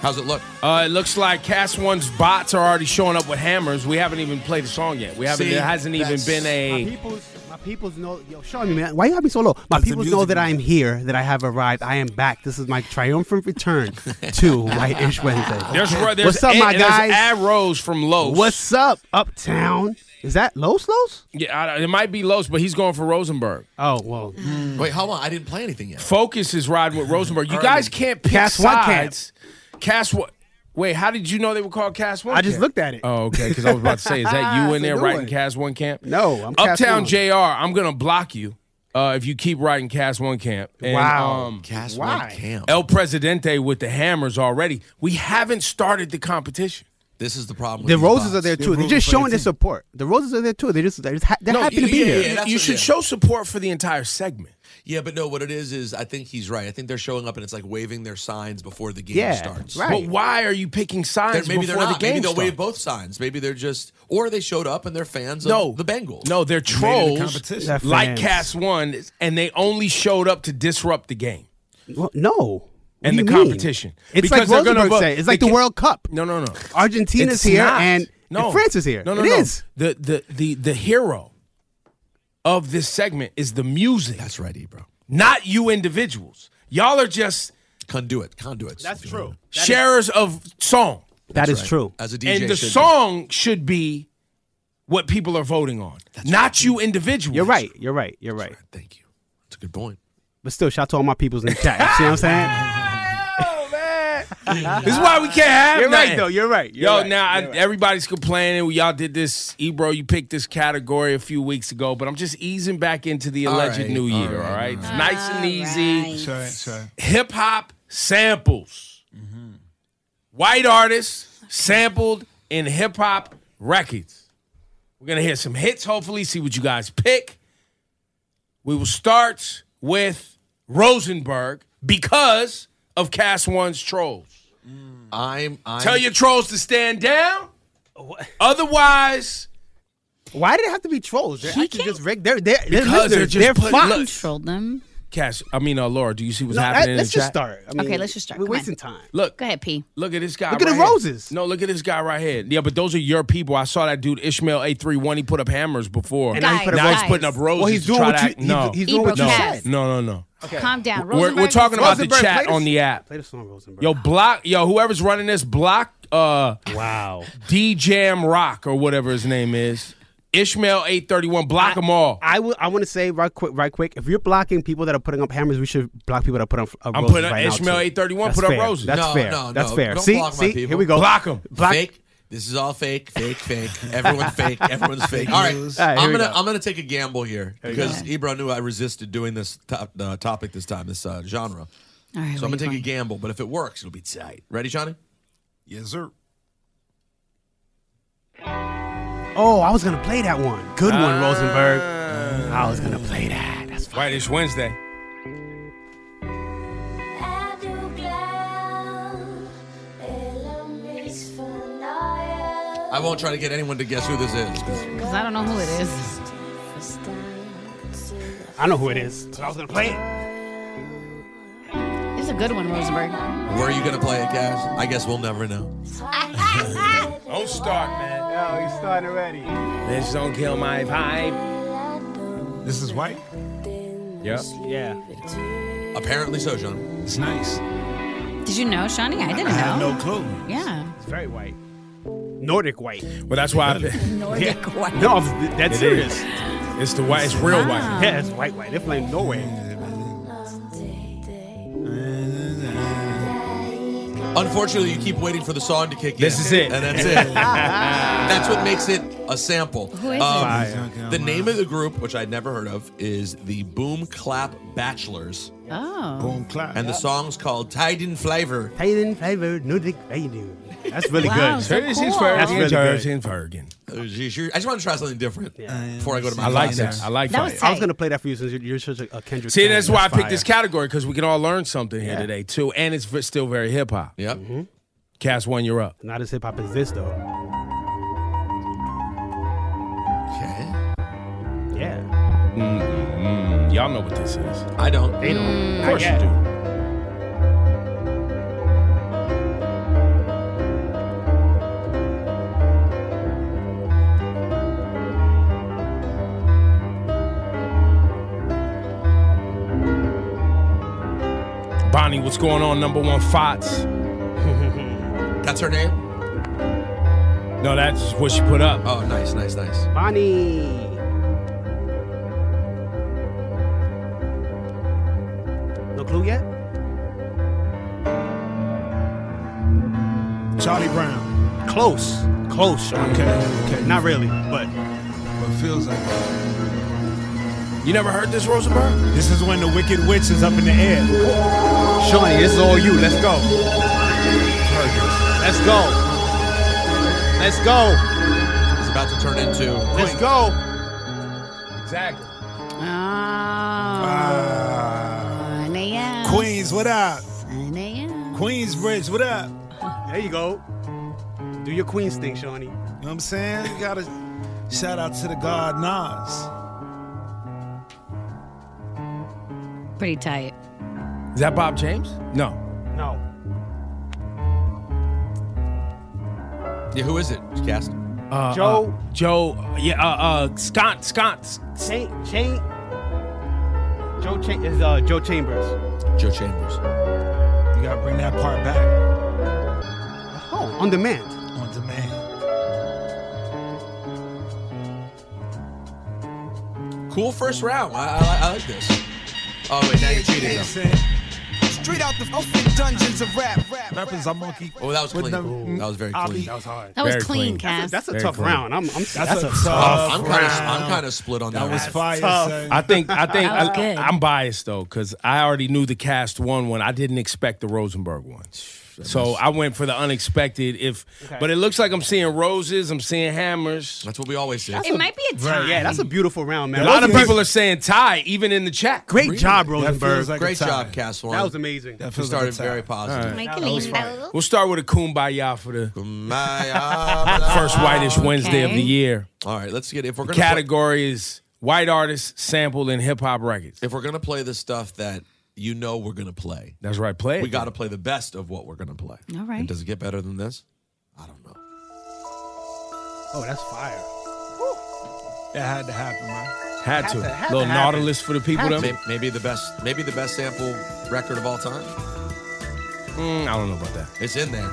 How's it look? Uh, it looks like Cast One's bots are already showing up with hammers. We haven't even played the song yet. We haven't. See, it hasn't even that's- been a. My people's, my people's know. Yo, show me, man. Why you have me so low? My people's know that I am here, that I have arrived. I am back. This is my triumphant return to White Ish Wednesday. There's, ro- there's What's up, my a- there's guys? arrows from Los. What's up, Uptown? Is that Los Los? Yeah, I- it might be Los, but he's going for Rosenberg. Oh well. Mm. Wait, hold on. I didn't play anything yet. Focus is riding with Rosenberg. You All guys right. can't pick Cast One camp. sides. Cast one. Wait, how did you know they were called Cast One? I just camp? looked at it. Oh, okay. Because I was about to say, is that you It's in a there new writing one. Cast One Camp? No, I'm Cast Uptown One. JR. I'm gonna block you uh, if you keep writing Cast One Camp. And, Wow. um, Cast Why? one camp. El Presidente with the hammers already. We haven't started the competition. This is the problem. with The these roses are bots. there too. They're just showing their support. The roses are there too. They're just they're, just ha- they're No, happy to yeah, be yeah, there. yeah, that's you what- should yeah. show support for the entire segment. Yeah, but no, what it is is I think he's right. I think they're showing up and it's like waving their signs before the game Yeah, starts. right. But why are you picking They're- signs maybe they're before not. the game maybe they'll starts? wave both signs. Maybe they're just, or they showed up and they're fans No. of the Bengals. No, they're made it a trolls competition. They're like fans. Cast One, and they only showed up to disrupt the game Well, no. What and do the you mean? competition. It's like they're gonna Rosenberg vote- said. It's like they the can't- World Cup. No, no, no. Argentina's It's here not. and, and France is here. No, no, It no. is. The, the the the hero of this segment is the music, That's right, E, Ebro. not you individuals. Y'all are just Conduit. Conduits. That's true. sharers of song, That is true. As a DJ. and the should be. song should be what people are voting on, not you individuals. You're right. You're right. You're right. Thank you. That's a good point. But still, shout out to all my peoples in the chat. You see what I'm saying? This is why we can't have You're right, nothing. though. You're right. You're Yo, right. now I, You're right. everybody's complaining. Well, y'all did this, Ebro. You picked this category a few weeks ago, but I'm just easing back into the All alleged right, new all year. right, all right, it's all nice and right. easy. Sorry, sorry. Hip hop samples. White artists sampled in hip hop records. We're gonna hear some hits. Hopefully, see what you guys pick. We will start with Rosenberg because of Cast One's trolls. I'm. I'm Tell your trolls to stand down. Otherwise, Why did it have to be trolls? They're He actually can't- just reg- they're they're they're Because they're listeners. just They're putting- fine. look, Trolled them. Cash, I mean, uh, Laura, do you see what's No, happening in let's the just chat? start. I mean, Okay, let's just start. We're Come on. wasting time. Look, Go ahead, P. look at this guy. Look at right the here. roses. No, look at this guy right here. Yeah, but those are your people. I saw that dude Ishmael A 31 He put up hammers before. And now he Guys, put up now he's guys. putting up roses. Well, he's to doing try what to you- act- he's- no, he's doing what you no, said. no, no, no. Calm down. We're, we're Rosenberg talking is- about Rosenberg, the chat play this- on the app. Play the song, Rosenberg. Yo, block. Yo, whoever's running this, block. Uh, wow. D Jam Rock or whatever his name is. Ishmael A 31 Block them all. I will. I want to say right quick, right quick. If you're blocking people that are putting up hammers, we should block people that are putting up uh, I'm roses putting up right now, Ishmael too. 831, That's put up fair. roses. That's No, fair. no, That's no. fair. Don't see, block my see, people. here we go. Block 'em. Block. fake. This is all fake, fake, fake. Everyone's fake. Everyone's fake. All right, All right, here I'm we gonna go. I'm gonna take a gamble here because Ebro knew I resisted doing this top, uh, topic this time, this uh, genre. All right, So I'm where gonna take you a gamble, but if it works, it'll be tight. Ready, Johnny? Yes, sir. Oh, I was gonna play that one. Good one, Uh, Ah. Rosenberg. I was gonna play that. That's fine. Right, it's Wednesday. I won't try to get anyone to guess who this is. 'cause- Because I don't know who it is. I know who it is. So I was gonna play it. It's a good one, Rosenberg. Where are you gonna play it, guys? I guess we'll never know. Don't start, man. Oh, he's starting already. This don't kill my vibe. This is white. Yep. Yeah. Apparently so, John. It's nice. Did you know, Shawnee? I didn't I have know. no clue. Yeah. It's very white. Nordic white. Well, that's why I pick. Nordic white. No, I'm- that's It serious. is. It's the white. It's real white. Yeah, it's white white. They playing Norway. Oh, Unfortunately, you keep waiting for the song to kick in. This is it. And that's it. that's what makes it a sample. Um, Who is it? Fire. the name of the group, which I'd never heard of, is the Boom Clap Bachelors. Oh. Boom Clap. And the song's called Titan Flavor. Titan flavored Nordic venue. That's really Wow, good. so Titan cool. Fergen, That's really Titan good. Oh, I just want to try something different before I go to my I like classics. that. I like I that. was going to play that for you since you're, you're such a a Kendrick. See, fan. that's why I picked fire. this category because we can all learn something here Yeah. today too, and it's v- still very hip hop. Yep. Cast one, you're up. Mm-hmm. Not as hip hop as this though. Okay. Yeah. Mm-mm. Mm-hmm. Y'all know what this is. Mm, I don't. They don't. Of course you Not do. Bonnie, what's going on? Number one Fots. That's her name? No, that's what she put up. Oh, nice, nice, nice. Bonnie. No clue yet? Charlie Brown. Close. Close. Sean. Okay. Okay. Not really, but. But feels like it. You never heard this, Rosenberg? This is when the Wicked Witch is up in the air. Shawnee, this is all you. Let's go. Let's go. Let's go. It's about to turn into. Let's go. Exactly. Ah. 9 a.m. Queens, what up? 9 a.m. Queensbridge, what up? You There you go. Do your Queens thing, Shawnee. know what I'm saying? You gotta shout out to the God Nas. Pretty tight. Is that Bob James? No. No. Yeah, who is it? Cast. Uh, Joe. uh, Joe. Yeah. Uh, uh, Scott. Scott. Chain. Chain. Joe Cha- is uh, Joe Chambers. Joe Chambers. You gotta bring that part back Oh, on demand. on demand. Cool first round. I, I, I like this. Oh wait, now you're cheating. though. Straight out the open dungeons of rap, rap. Rappers are monkey. Oh, that was clean. With them- that was very I'll clean. be- I'm hard. That was Very clean, clean. Cass. That's a Very tough clean. round. I'm. I'm that's, a, tough. kind of I'm kind of split on that. That was one. fire, tough. son. I think I think That was I, good. am biased though because I already knew the cast one one. I didn't expect the Rosenberg one, so I went for the unexpected. If but it looks like I'm seeing roses, I'm seeing hammers. That's what we always say. It might be a time. Yeah, that's a beautiful round, man. A lot of Rosenberg- people are saying tie, even in the chat. Great job, That Rosenberg. feels like Great a tie. job, Cast One. that was amazing. That We feels started like a tie. very positive. Make That a was lean fire. though. We'll start with a kumbaya for the My, uh, first whitish Wednesday of Okay. the year. All right, let's get if we're gonna play, Category is white artists sampled in hip hop records. if we're gonna play the stuff that you know we're gonna play, That's right. Play it. we got to play the best of what we're gonna play. All right. And does it get better than this? I don't know. Oh, that's fire. That had to happen, man. had to. Had to- had to Little happen. Nautilus for the people. Had Them. Maybe, maybe the best. Maybe the best sample record of all time. Mm, I don't know about that. It's in there.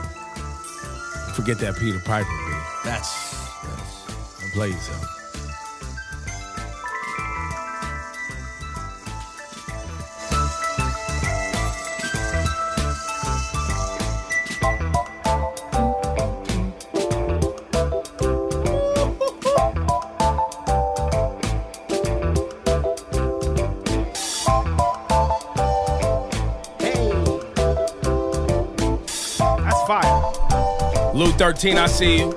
Forget that Peter Piper. Dude. That's. that's Don't play yourself. That's fire. Lou 13, I see you.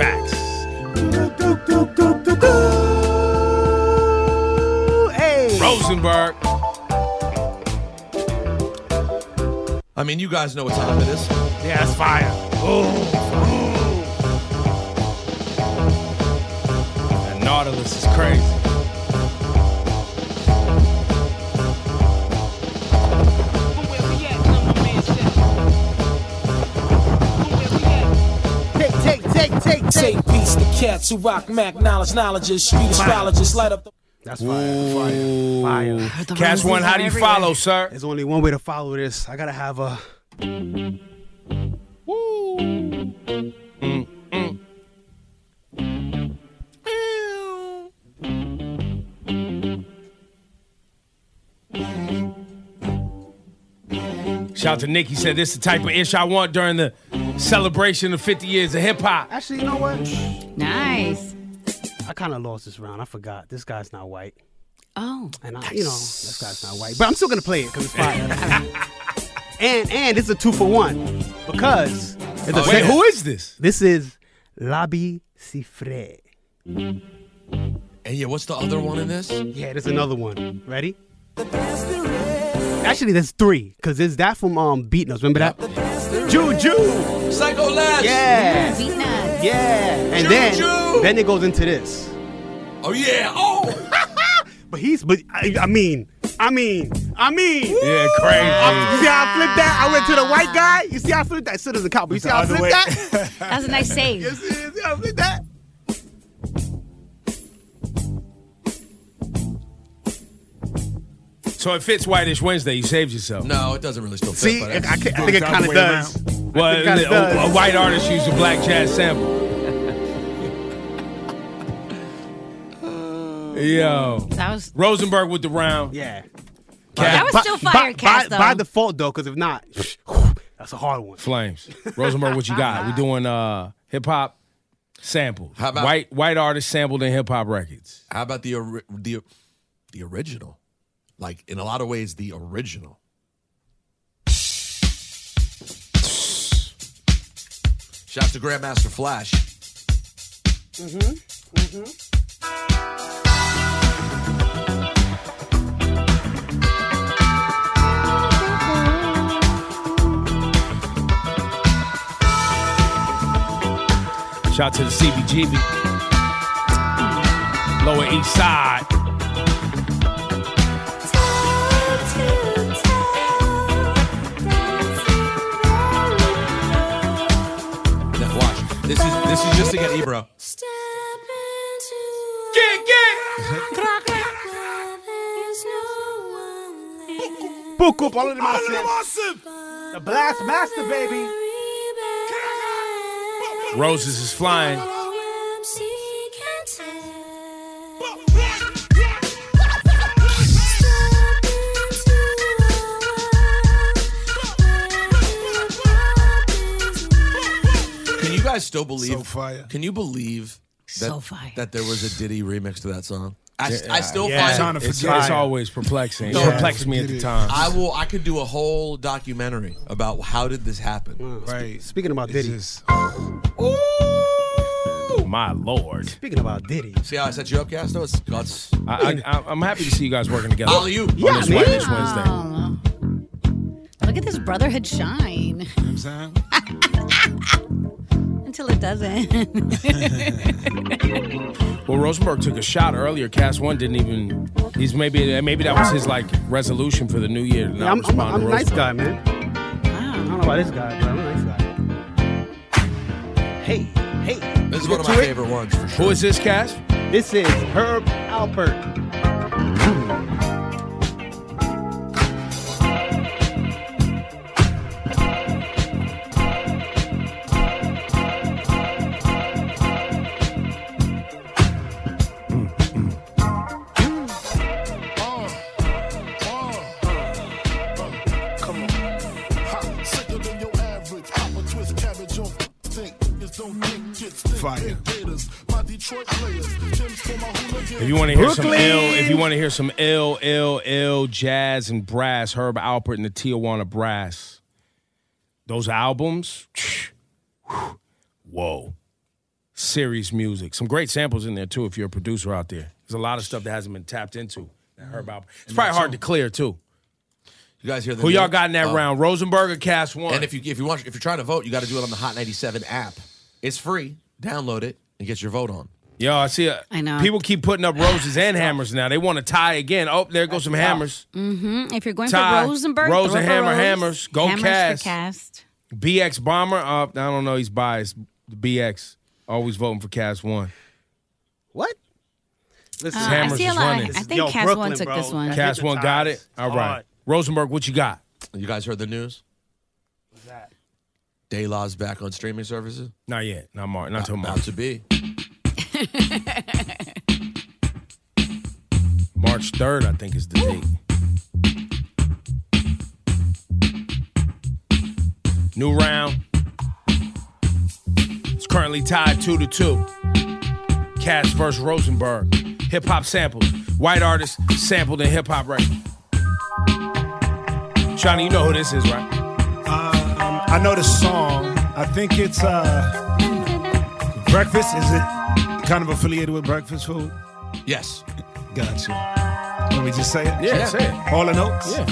Facts. Rosenberg. I mean, you guys know what time it is. Yeah, that's fire. That Nautilus is crazy. Take, take, take, take, Say peace to cats who rock Mac knowledge, knowledges, street astrologists, light up the. That's fire. Fire. Fire. The Cash roses one, how are do you everywhere. follow, sir? There's only one way to follow this. I gotta have a. Shout out to Nick. He said this is the type of ish I want during the celebration of 50 years of hip hop. Actually, you know what? Nice. I kind of lost this round. I forgot. This guy's not white. Oh. And I, you know, this guy's not white. But I'm still gonna play it because it's fire. and and it's a two for one because it's a Oh, wait, who is this? This is Labi Sifre. And yeah, what's the other one in this? Yeah, there's another one. Ready? Actually, there's three because there's that from um Beatnuts. Remember that? Juju. Psycho Labs. Yeah. Beatnuts. Yeah. And then then it goes into this. Oh yeah. Oh. But he's but I, I mean I mean I mean. Yeah, crazy. I- you see how I flipped that? I went to the white guy. You see how I flipped that? Still doesn't count. But you see how I other flipped way. that? That was a nice save. Yes, yes, yes, look at that. So it fits Whitish Wednesday. You saved yourself. No, it doesn't really still fit. See, but I, I can't- I think it kind of does. Well, think I a- does. a white artist used a black jazz sample. Yo. That was. Rosenberg with the round. Yeah. That was still fire, by, Cass, by, by though. default, though, because if not, that's a hard one. Flames. Rosenberg, what you got? We doing uh hip hop sample. How about- white white artists sampled in hip hop records? How about the ori- the the original? Like in a lot of ways, the original. Shouts to Grandmaster Flash. Shout out to the CBGB. Lower East Side. Now watch. This is this is just to get Ebro. Get, get. Book up all of the The Blast Master, baby. Roses is flying. Can you guys still believe? So fire. Can you believe that, So fire. that there was a Diddy remix to that song? I, I Yeah. still Yeah. find Trying to It's, forget it's it. always perplexing. It No. perplexed me at the time. I will. I could do a whole documentary about how did this happen. Right. Speaking about It's Diddy. just, My lord. Speaking about Diddy. See how I set you up, Casto? It's guts. I, I, I'm happy to see you guys working together. All of you. on this man. Whitish Wednesday. Oh. Look at this brotherhood shine you know what I'm saying? until it doesn't. Well, Rosenberg took a shot earlier. Cast one didn't even. He's maybe maybe that was his like resolution for the new year. to not Yeah, I'm, I'm, respond I'm to a nice Rosenberg. guy, man. I wow. don't know about this guy, but I'm a nice guy. Hey, hey. This is one of Get my to it. favorite ones for sure. Who is this, Cass? This is Herb Alpert. Come on. Ha, sicker than your average. Pop a twist cabbage on think. Niggas don't think kids think. Fire. Big Gators, my Detroit players. Tim's for my hooligans. If you want to hear some Brooklyn. ill, if you want to hear some ill, ill, ill jazz and brass, Herb Alpert and the Tijuana Brass. Those albums, whoa, serious music. Some great samples in there too. If you're a producer out there, there's a lot of stuff that hasn't been tapped into. That Herb Alpert. It's probably hard to clear too. You guys hear the Who new- y'all got in that Oh. round? Rosenberg or Cass one? And if you if you want if you're trying to vote, you got to do it on the Hot 97 app. It's free. Download it and get your vote on. Yo, I see. A, I know. People keep putting up roses and hammers now. They want to tie again. Oh, there goes some hammers. Mm-hmm. If you're going Ty, for Rosenberg, Rose and throw up a Hammer rose. Hammers. Go Hammers Cass. For cast. BX bomber. Uh, I don't know. He's biased. BX always voting for Cass one. What? Listen, Uh, I Hammers see a is lot. running. I think Yo, Cass Brooklyn, one took bro. this one. Ca- Cass one got it. All right. Hard. Rosenberg, what you got? You guys heard the news? Day Law's back on streaming services. Not yet. Not Mark. Not till About March. to be. March third, I think is the date. New round. It's currently tied two to two. Cash versus Rosenberg. Hip hop samples. White artist sampled in hip hop record. Shawnee, you know who this is, right? I know the song. I think it's uh Breakfast. Is it kind of affiliated with breakfast food? Yes. Gotcha. Let me just say it. Yeah, Yeah. say it. All in oats. Yeah.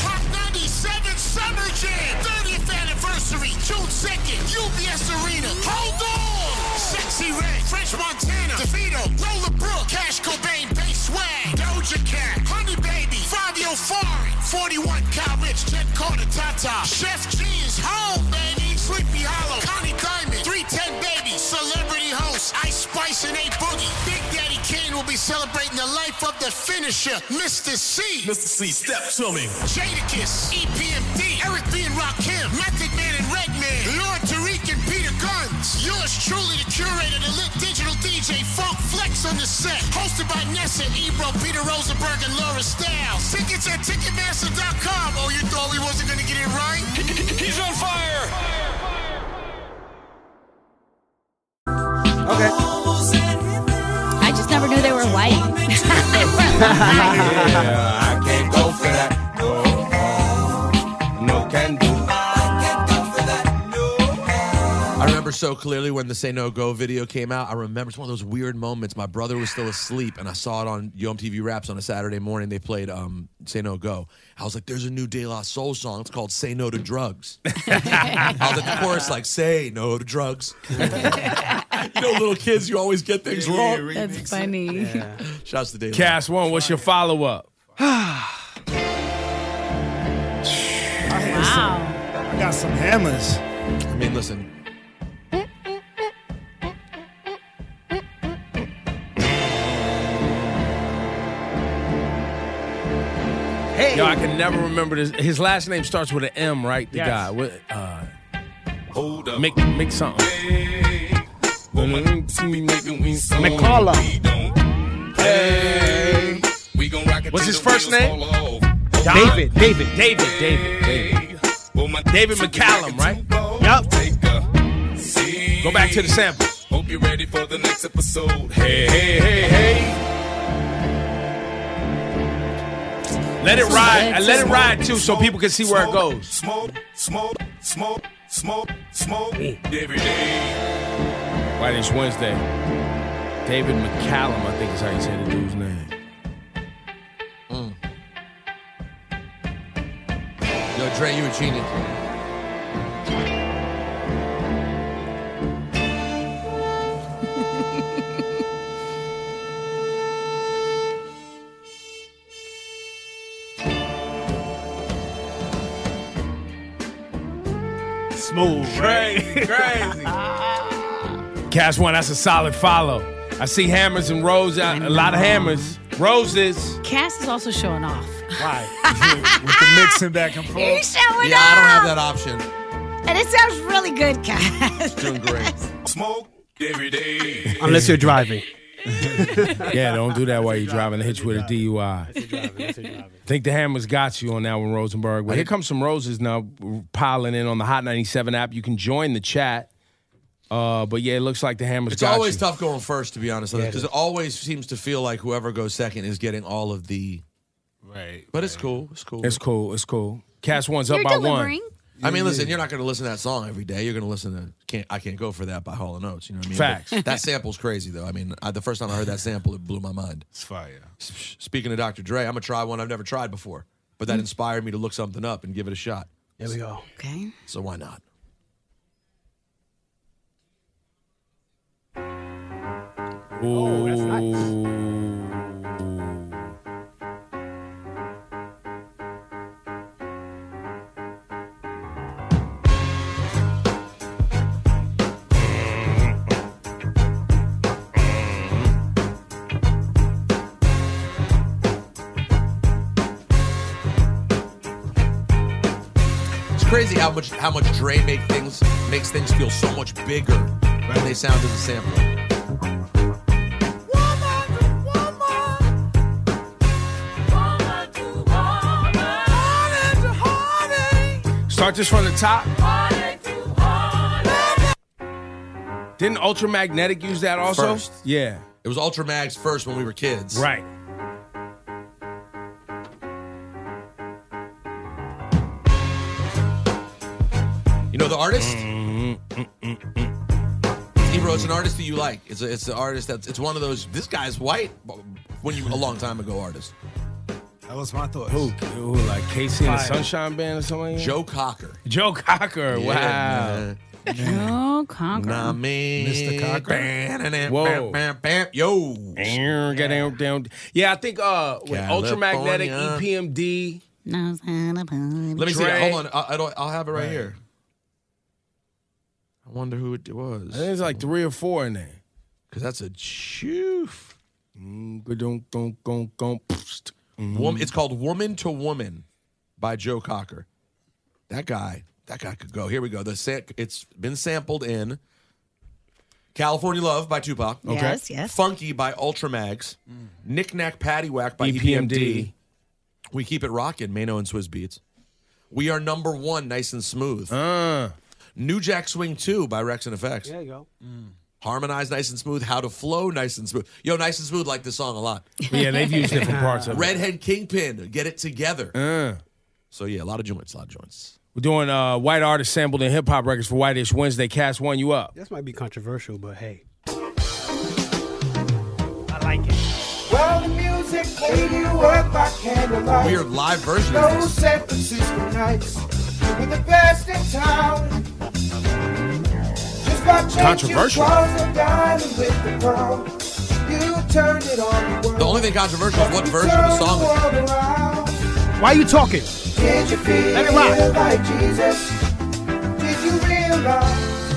Hot 97 Summer Jam, 30th anniversary, June 2nd, UBS Arena. Hold on! Sexy Red, French Montana, DeVito, Rolla Brook, Cash Cobain, Bass Swag, Doja Cat, Honey Baby, Fabio Fari, 41 Kyle Rich, Ted Carter, Tata, Chef G is home, baby. Sleepy Hollow, Connie Diamond, 310 Baby, Celebrity Host, Ice Spice and A Boogie. Big Daddy Kane will be celebrating the life of the finisher, Mr. C. Mr. C, step to me. Jadakiss, EPMD, Eric B. and Rakim, Method Man and Redman, Lord Tariq and Peter Guns. Yours truly, the curator, the lit digital DJ, Funk Flex on the set. Hosted by Nessa, Ebro, Peter Rosenberg, and Laura Stiles. Tickets at Ticketmaster.com. Oh, you thought we wasn't going to get it right? He's on fire! Okay. I just never knew they were white. Yeah, I can't go for that. No, no can do. I remember so clearly when the Say No Go video came out. I remember it's one of those weird moments. My brother was still asleep, and I saw it on Yo MTV Raps on a Saturday morning. They played um, Say No Go. I was like, "There's a new De La Soul song. It's called Say No to Drugs." I was at the chorus like, "Say no to drugs." you know, little kids, you always get things wrong. That's funny. Shouts to De La. Cast one, what's your follow up? Wow. I got some hammers. I mean, listen. Hey. Yo, I can never remember this. His last name starts with an M, right? The Yes. guy. What, uh, Hold up. Make, make something. McCullough. What's his first name? David. David. David. David. David. David McCallum, right? Yep. Go back to the sample. Hope you're ready for the next episode. Hey, hey, hey, hey. Let it ride. I let it ride too, so people can see where it goes. Smoke, smoke, smoke, smoke, smoke every day. White Ish Wednesday. David McCallum, I think is how you say the dude's name. Yo, Dre, you a genius. Smooth, Crazy, crazy. Cash one, that's a solid follow. I see hammers and roses, out- a lot of hammers. Roses. Cass is also showing off. Why? With the mixing back and forth. He's showing Yeah, I don't have off. that option. And it sounds really good, Cass. Doing great. Smoke every day. Unless you're driving. yeah, don't do that while you're driving. They hit you with a DUI. Think the hammers got you on that one, Rosenberg. Well, here comes some roses now piling in on the Hot 97 app. You can join the chat. Uh, but yeah, it looks like the hammers It's got always you. tough going first, to be honest, Yeah, it because is. it always seems to feel like whoever goes second is getting all of the. Right. But it's cool. It's cool. It's cool. It's cool. Cash one's up by one. I mean, listen, you're not going to listen to that song every day. You're going to listen to "Can't I Can't Go for That" by Hall and Oates. You know what I mean? Facts. But that sample's crazy, though. I mean, I, the first time I heard that sample, it blew my mind. It's fire. Speaking of Dr. Dre, I'm gonna try one I've never tried before, but that inspired me to look something up and give it a shot. There we go. Okay. So why not? Oh, Ooh. It's crazy how much how much Dre make things makes things feel so much bigger when they sound as a sample. Start this from the top. Didn't Ultramagnetic use that also? First. Yeah. It was Ultra Mags first when we were kids. Right. You know the artist? Ebro, it's an artist that you like. It's a, it's an artist that's it's one of those. This guy's white. When you a long time ago artist. That was my thought. Who? Who? Like Casey and the Fire. Sunshine Band or something? Like Joe Cocker. Joe Cocker. Yeah, wow. Joe Cocker. Nah, me. Mr. Cocker. Whoa. Whoa. Yo. Yeah, I think uh, with Ultramagnetic E California. EPMD. Knows how to party. Let me see. that. Hold on. I, I don't, I'll have it right, here. I wonder who it was. I think there's like three or four in there. Cause that's a choof. Mm, Woman, Woman. it's called "Woman to Woman" by Joe Cocker. That guy, that guy could go. Here we go. The sa- it's been sampled in "California Love" by Tupac. Okay. Yes, yes. "Funky" by Ultramags. "Knick Knack Paddywhack" by E EPMD. EPMD. We keep it rocking. Mano and Swizz Beats. We are number one, nice and smooth. New Jack Swing Two by Rex and Effects. There you go. Harmonize nice and smooth. How to flow nice and smooth. Yo, nice and smooth like this song a lot. Yeah, they've used different parts of it. Redhead Kingpin, get it together. Uh, So yeah, a lot of joints, a lot of joints. we're doing uh, white artists sampled in hip hop records for Whitish Wednesday. Cast one, you up. This might be controversial, but hey. Well, the music lady work by candlelight. Weird live version of Those this. San Francisco nights were the best in town. Just by chance Controversial. You wasn't dining with the crowd. You turned it on. The only thing controversial is what version of the song is. Turned the world around. Why are you talking? Did you feel Let it rock. like Jesus? Did you realize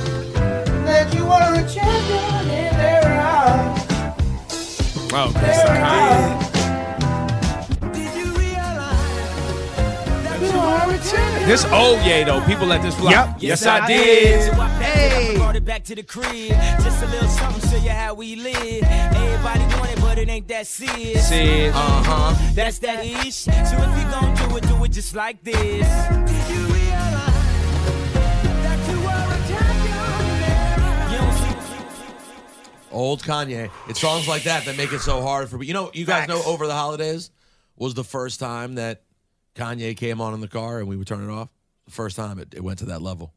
that you were a champion in their eyes? Oh, that's the kind. You are a champion. This old yay though, people let this fly. Yep. Yes, I did. Hey. Brought it back to the crib. Just a little something, show you how we live. Everybody want it, but it ain't that serious. Sid. Uh-huh. Mm-hmm. That's that ish. So if you gon' do it, do it just like this. Did you realize that you were a champion? You don't see Old Kanye. It's songs like that that make it so hard for me. You know, you guys know over the holidays was the first time that Kanye came on in the car and we would turn it off. The first time it, it went to that level.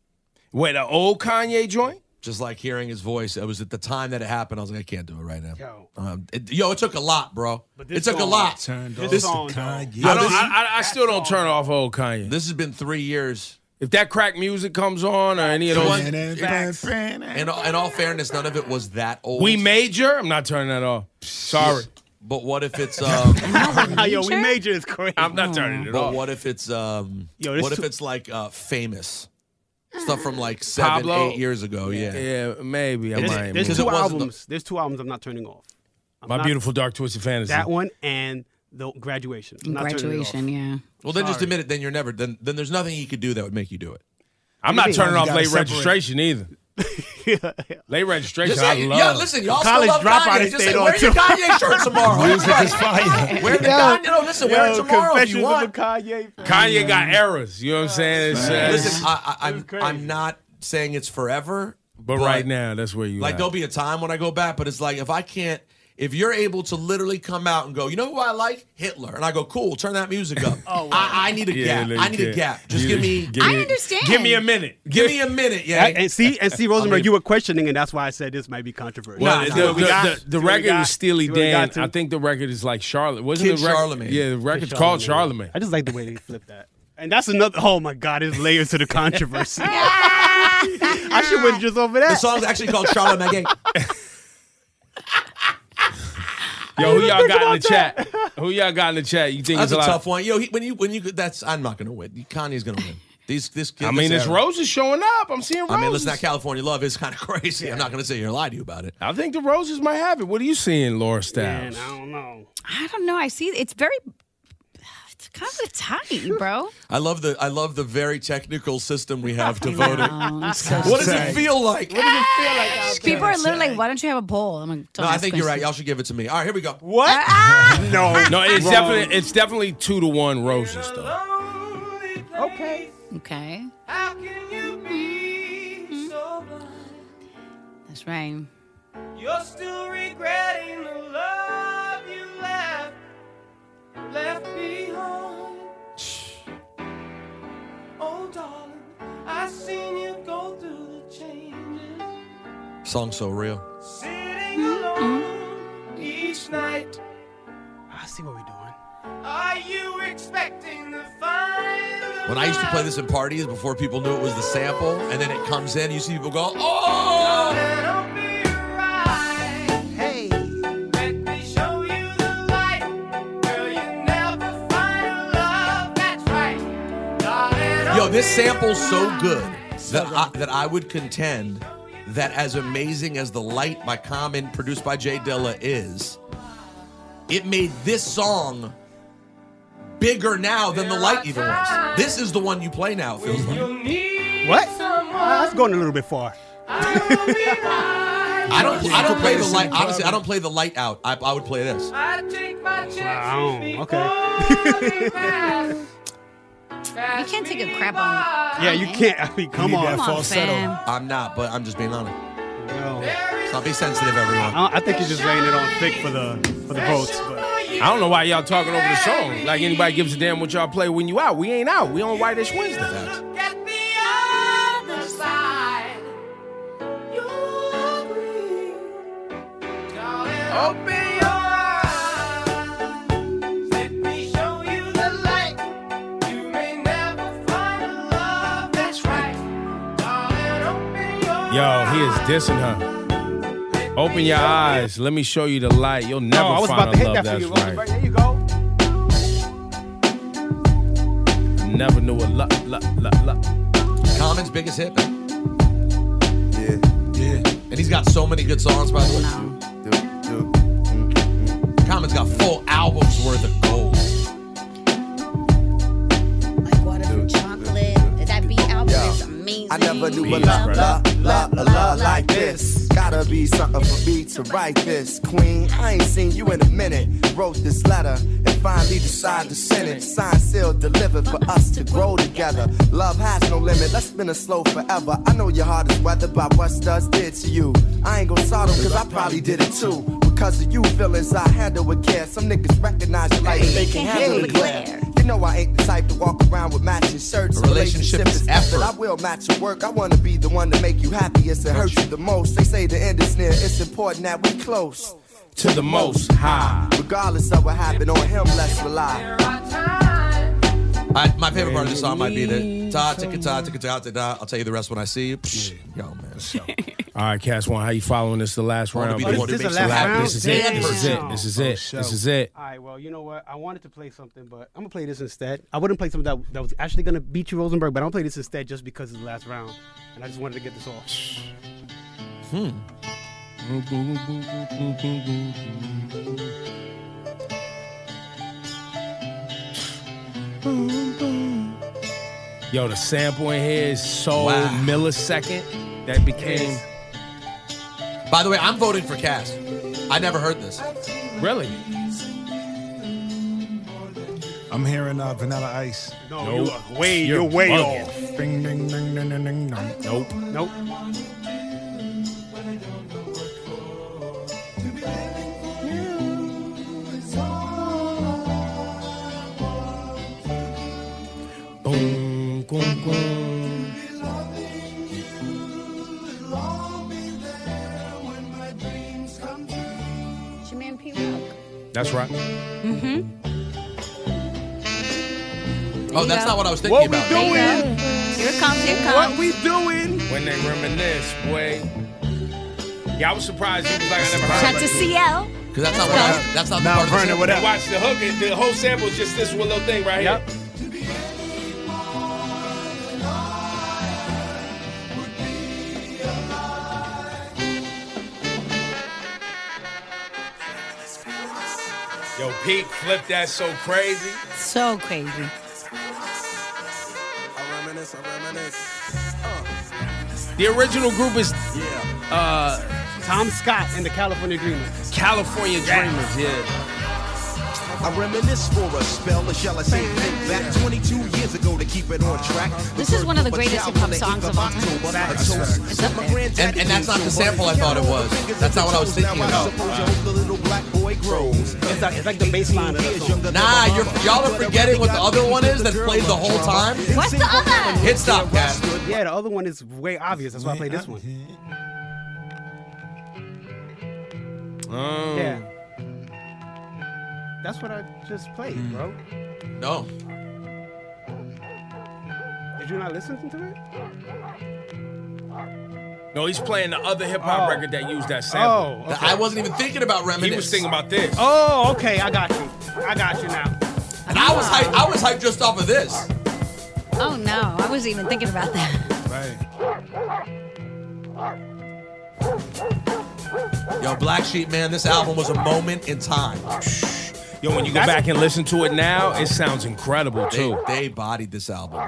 Wait, an old Kanye joint? Just like hearing his voice. It was at the time that it happened. I was like, I can't do it right now. Yo, um, it, yo it took a lot, bro. it took a lot. This- I, don't, I, I, I still don't turn off old Kanye. This has been three years. If that crack music comes on or any of One- those, in, all- in all fairness, none of it was that old. we major. I'm not turning that off. Sorry. But what if it's um? Yo, we major is crazy. I'm not turning it But off. what if it's um? Yo, this what if too- it's like uh famous stuff from like seven, Pablo? eight years ago? Yeah, Yeah, maybe I It's- might. There's Because it two wasn't the- albums. There's two albums I'm not turning off. I'm My not- beautiful dark twisted fantasy. That one and the graduation. I'm not turning it off. yeah. Well, then just Sorry. admit it. Then you're never. Then then there's nothing you could do that would make you do it. I'm not What do you mean? turning off You gotta late separate. registration either. Late registration. Just I like- love. yo, listen, y'all still love Kanye. Just say, wear your Kanye shirt tomorrow. Music Everybody. is fire. Wear the Yo, Kanye. No, listen, wear it yo, tomorrow if Confessions you of want. a Kanye got errors. You know what I'm saying? It's, uh, Listen, I, I, I'm, I'm not saying it's forever, but, right now, that's where you like at. there'll be a time when I go back, but it's like if I can't, if you're able to literally come out and go, you know who I like? Hitler, and I go, cool, turn that music up. oh, I, I need a Yeah, gap. no, I you need a can't. gap. Just You- give me. give me- I understand. Give me a minute. Give me a minute. Yeah. and see, and see, Rosenberg, you were questioning, and that's why I said this might be controversial. Well, Nah, the, nah, the, we got- the- the see what we record got? was Steely See what we got Dan. to? I think the record is like Charlotte. Wasn't Kid the record? Charlemagne. Yeah, the Kid record's called Charlemagne. I just like the way they flip that. And that's another. Oh my God, there's layers to the controversy. I should win just over that. The song's actually called Charlemagne. Yo, who didn't y'all think got in the about that. chat? Who y'all got in the chat? You think That's it's a lot? tough one. Yo, he, when you when you that's I'm not gonna win. Kanye's gonna win. These this kid. I mean, this it's era- roses showing up. I'm seeing roses. I mean, listen, that California love is kind of crazy. I'm not gonna sit here and lie to you about it. I think the roses might have it. What are you seeing, Laura Styles? I don't know. I don't know. I see it's very it's kind of tight, bro. I love the I love the very technical system we have to voting. Wow, it's so what does sad. it feel like? What does it feel like? People are literally like, why don't you have a poll? I'm like, No, don't I ask Ah, think me. you're right. Y'all should give it to me. All right, here we go. What? no, no, it's Wrong. definitely it's definitely two to one roses though. Okay. ah! Okay. How can you be so blind? That's right. You're still regretting the love you left, left behind. Oh, darling, I seen you go through the changes, Song so real. sitting alone each night. I see what we doing. Are you expecting to find the When I used to play this in parties before people knew it was the sample, and then it comes in, you see people go, "Oh!" Hey, let me show you the light. Girl, you never find a love that's right. Darling, Yo, this sample's so good that I, that I would contend that as amazing as the light by Common produced by Jay Dilla is, it made this song bigger now than the light even was. This is the one you play now. It feels like. What? Uh, that's going a little bit far. I don't. I don't play the Comparison light. Honestly, I don't play the light out. I, I would play this. I take my chances Okay. You can't take a crap on yeah, you can't. I mean, come need on. that Come on, falsetto. fam. I'm not, but I'm just being honest. Stop be sensitive, everyone. I, I think you're just laying it on thick for the for the votes. But. I don't know why y'all talking over the song. Like anybody gives a damn what y'all play when you out. We ain't out. We on Whitish Wednesday. Get the other side. You'll agree. Darling, open your eyes. Let me show you the light. You may never find a love that's right. Darling, open your Yo, he is dissing her. Open your eyes. Let me show you the light. You'll never Oh, I was find about a to hit love that for that's you, right. Rosenberg. There you go. Never knew a love, love, love, Common's biggest hit. Man. Yeah, yeah. And he's got so many good songs, by the way. Common's got full albums worth of gold. Water from chocolate. That beat album is amazing. I never knew a love, love, love, a love like this. Gotta be something for me to write this, Queen. I ain't seen you in a minute. Wrote this letter and finally decided to send it. Signed, sealed, delivered for us to grow together. Love has no limit. Let's spin a slow forever. I know your heart is weathered by what studs did to you. I ain't gonna saw them 'cause I probably did it too. Because of you feelings I handle with care. Some niggas recognize the light, but they can handle the glare. You know I ain't the type to walk around with matching shirts. A relationship is effort. I will match your work. I wanna be the one to make you happiest and hurt you the most. They say the end is near. It's important that we close. To the most high. Regardless of what happened on him, let's rely. I, my favorite part of this song might be the ta ta ta ta ta ta ta. I'll tell you the rest when I see you. Psh, Yo, man. All right, Cash One, how you following this? The Oh, last Wanna round. be the buddy. one who This makes the you last happy. round? This is it. This is it. Damn. This is it. This is it. All right. Well, you know what? I wanted to play something, but I'm gonna play this instead. I wouldn't play something that, that was actually gonna beat you, Rosenberg, but I'm gonna play this instead just because it's the last round, and I just wanted to get this off. Hmm. Yo, the sample in here is so Wow. millisecond. that became. By the way, I'm voting for Cass. I never heard this. Really? I'm hearing uh, Vanilla Ice. No, Nope. you're way, You're you're, way bugging. off. Ding, ding, ding, ding, ding, ding, ding. Nope. Nope. Boom, boom, boom. Shaman P. Rock. That's right. Mm-hmm. Oh, you that's go. not what I was thinking What we about. doing? Here it comes, here it comes. we doing? When they reminisce, boy. Yeah, I was surprised. He was like, I never heard. Shout of to it. CL. Because that's not what I was, that's not the part of the sample. Watch the hook. it- The whole sample is just this one little thing right here. Yo, Pete flipped that so crazy. So crazy. The original group is Yeah. uh, Tom Scott and the California Dreamers. California Dreamers, yeah. I reminisce for a spell, or shall I say, think back 22 years ago to keep it on track. This is one of the greatest child hip hop on the songs eve of all time. October. I Facts. chose- It's up My there. granddaddy And- and that's not the used to sample I work thought it the was. fingers That's and not what I was toes. Now thinking I about. suppose you hope the little black boy grows. It's like, it's like the bass line. of the song. Nah, you're, y'all are forgetting what the other one is that's played the whole time. What's the other? Hit stop, Cass. Yeah, the other one is way obvious. That's why I played this one. Um, Yeah. That's what I just played, bro. No. Did you not listen to it? No, he's playing the other hip hop record that used that sample. Oh, okay. I wasn't even thinking about reminisce. He was thinking about this. Oh, okay. I got you. I got you now. And I was hyped. I was hyped just off of this. Oh no, I wasn't even thinking about that. Yo, Black Sheep, man, this album was a moment in time. Yo, when you go back and listen to it now, it sounds incredible too. They bodied this album.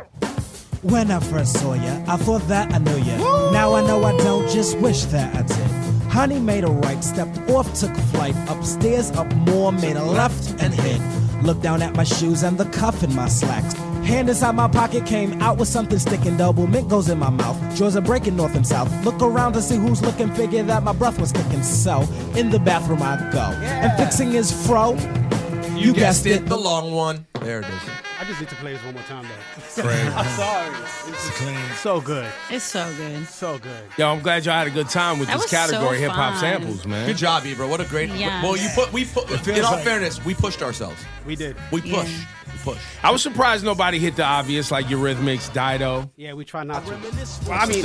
When I first saw ya, I thought that I knew ya. Now I know I don't, just wish that I did. Honey made a right, stepped off, took flight. Upstairs, up more, made a left and hit. Looked down at my shoes and the cuff in my slacks. Hand inside my pocket came out with something sticking double. Mint goes in my mouth. Jaws are breaking north and south. Look around to see who's looking. Figure that my breath was kicking. So in the bathroom I go. And fixing his fro. You, guessed, it. the long one. There it is. I just need to play this one more time, though. Crazy. I'm sorry. It's So good. It's so good. So good. Yo, I'm glad y'all had a good time with That this was so category, hip hop fun. samples, man. Good job, Ibra. What a great. Yes. Well, you put we put. It feels In all like- fairness, we pushed ourselves. We did. We Yeah. pushed. We pushed. I was surprised nobody hit the obvious like Eurythmics, Dido. Yeah, we try not to. I mean,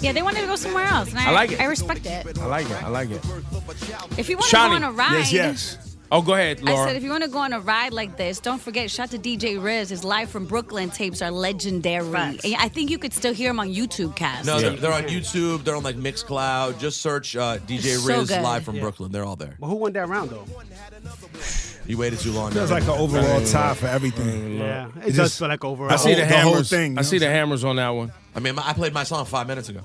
Yeah, they wanted to go somewhere else, and I, I like it. I respect it. I like it. I like it. If you want to go Shawnee. on a ride, Oh, go ahead, Laura. I said if you want to go on a ride like this, don't forget. Shout to DJ Riz. His live from Brooklyn tapes are legendary. And I think you could still hear him on YouTube, Cast. No, they're, they're on YouTube. They're on like Mixcloud. Just search uh, DJ So Riz good. live from Yeah. Brooklyn. They're all there. Well, who won that round, though? You waited too long. Feels now. like an overall tie for everything. Yeah, it, It's does just- feel like overall. I see the whole hammers. thing, you I know see what the hammers on that one. I mean, I played my song five minutes ago.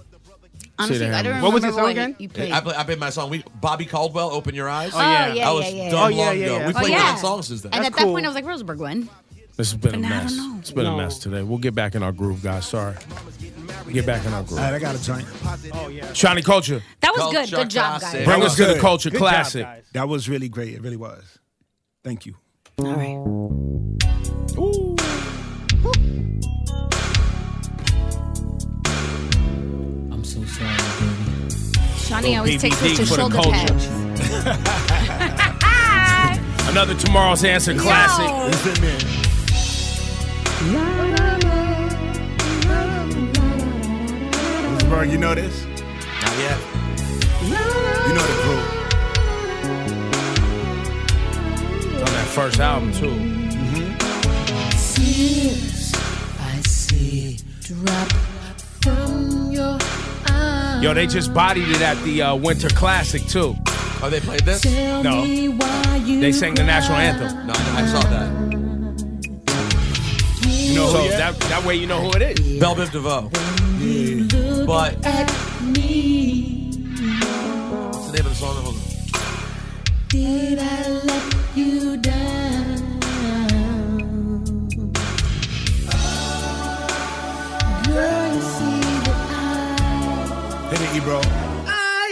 Honestly, See the I don't hammer. What was remember song again? you played. I, play, I played my song. We Bobby Caldwell, "Open Your Eyes." Oh, yeah. Oh, yeah, I was yeah, yeah. done Oh, yeah, long yeah, ago. yeah. We Oh, played yeah. nine songs since then. and at that point, I was like, Roseburg won. This has been a But now I mess. don't know. It's been No. a mess today. We'll get back in our groove, guys. Sorry. Get back in our groove. All right, I got a joint. Oh, Shawnee Culture. That was good. Good job, guys. Bring us to the culture classic. that was really great. It really was. Thank you. All right. I'm so sorry, baby. Shawnee always takes us BBD to for the shoulder culture. pads. Another Tomorrow's Answer classic. Berg, you know this? Not yet. You know the group. It's on that first album, too. Tears I see drop from your eyes. Yo, they just bodied it at the uh, Winter Classic, too. Oh, they played this? Tell No. me why you They sang the national anthem. No, I saw that. Oh, You know who- that, that way you know who it is. Bell Biv DeVoe. look But at me. what's the name of the song? Hold on. Did I let you down? Girl, you see that Hit it, Ebro. I, I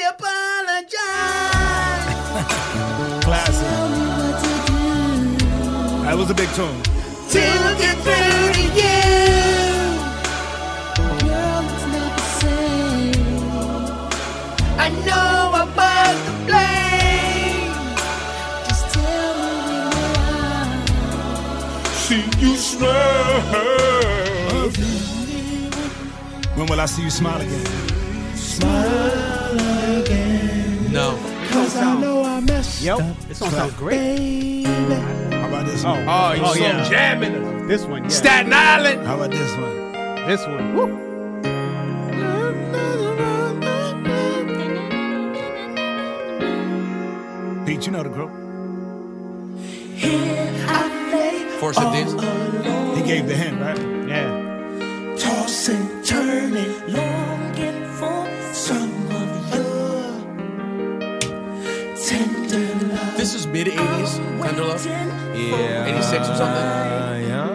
apologize. Classic. That was a big tune. Till get through to you. Girl, it's not the same. I know I was to blame. Just tell me when you're See you smile. When will I see you smile again? Smile again. No. Cause I know I messed Yep. up. This song sounds great. How about this one? Oh, you slow jamming. This one. Yeah. Staten Island. How about this one? This one. Woo. Pete, you know the group. Four Seventeens. Oh. He gave the hint, right? Yeah. Tossing, turning, longing for some of your tender love. This is mid 80s, Tender Love. Yeah. 86 or something. Yeah.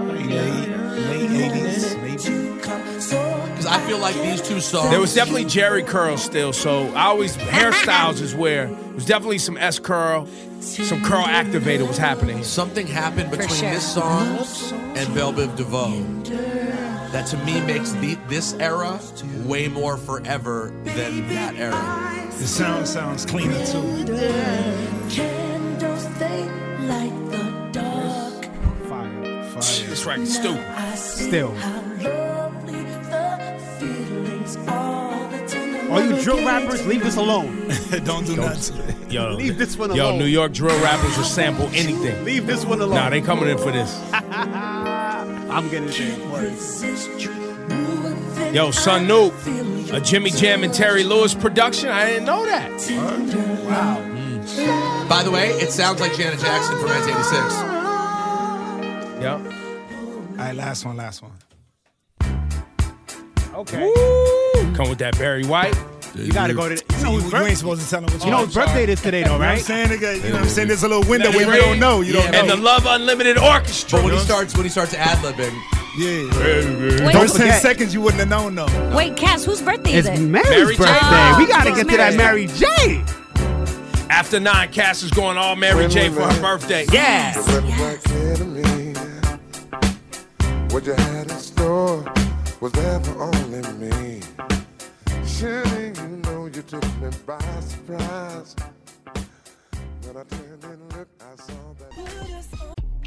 Late 80s, maybe. Because I feel like these two songs. There was definitely Jerry curl still, so I always hairstyles is where there was definitely some S curl, some curl activator was happening. Something happened between sure. this song and Belle Biv DeVoe that to me makes the, this era way more forever than that era. The sound sounds cleaner too. Candles, they light the dark. This record's stupid. Still. All All you drill rappers, leave this alone. Don't do nothing. Yo, Leave this one yo, alone. New York drill rappers will sample anything. Leave this one alone. Nah, they coming in for this. I'm getting it. Yo, Sun Noop, a Jimmy Jam and Terry Lewis production. I didn't know that. Wow. By the way, it sounds like Janet Jackson from 1986. Yeah. All right, last one, last one. Okay. Come with that Barry White. You gotta go to. You know, You, whose you birth- ain't supposed to tell them what you know want. his birthday it is today, though, You know what I'm right? saying? Nigga, you know what I'm saying? There's a little window where you don't know. You don't And know. the Love Unlimited Orchestra. But when he starts, when he starts ad libbing, yeah. Wait. Those 10 forget. seconds you wouldn't have known, though. Wait, Cass, whose birthday It's is it? Mary's Mary J. birthday. Oh, we gotta it's get to that Mary. Mary J. After nine, Cass is going all Mary J for her birthday. Yeah. What you had in store was there for only me. Surely you know you took me by surprise. When I turned and looked, I saw that.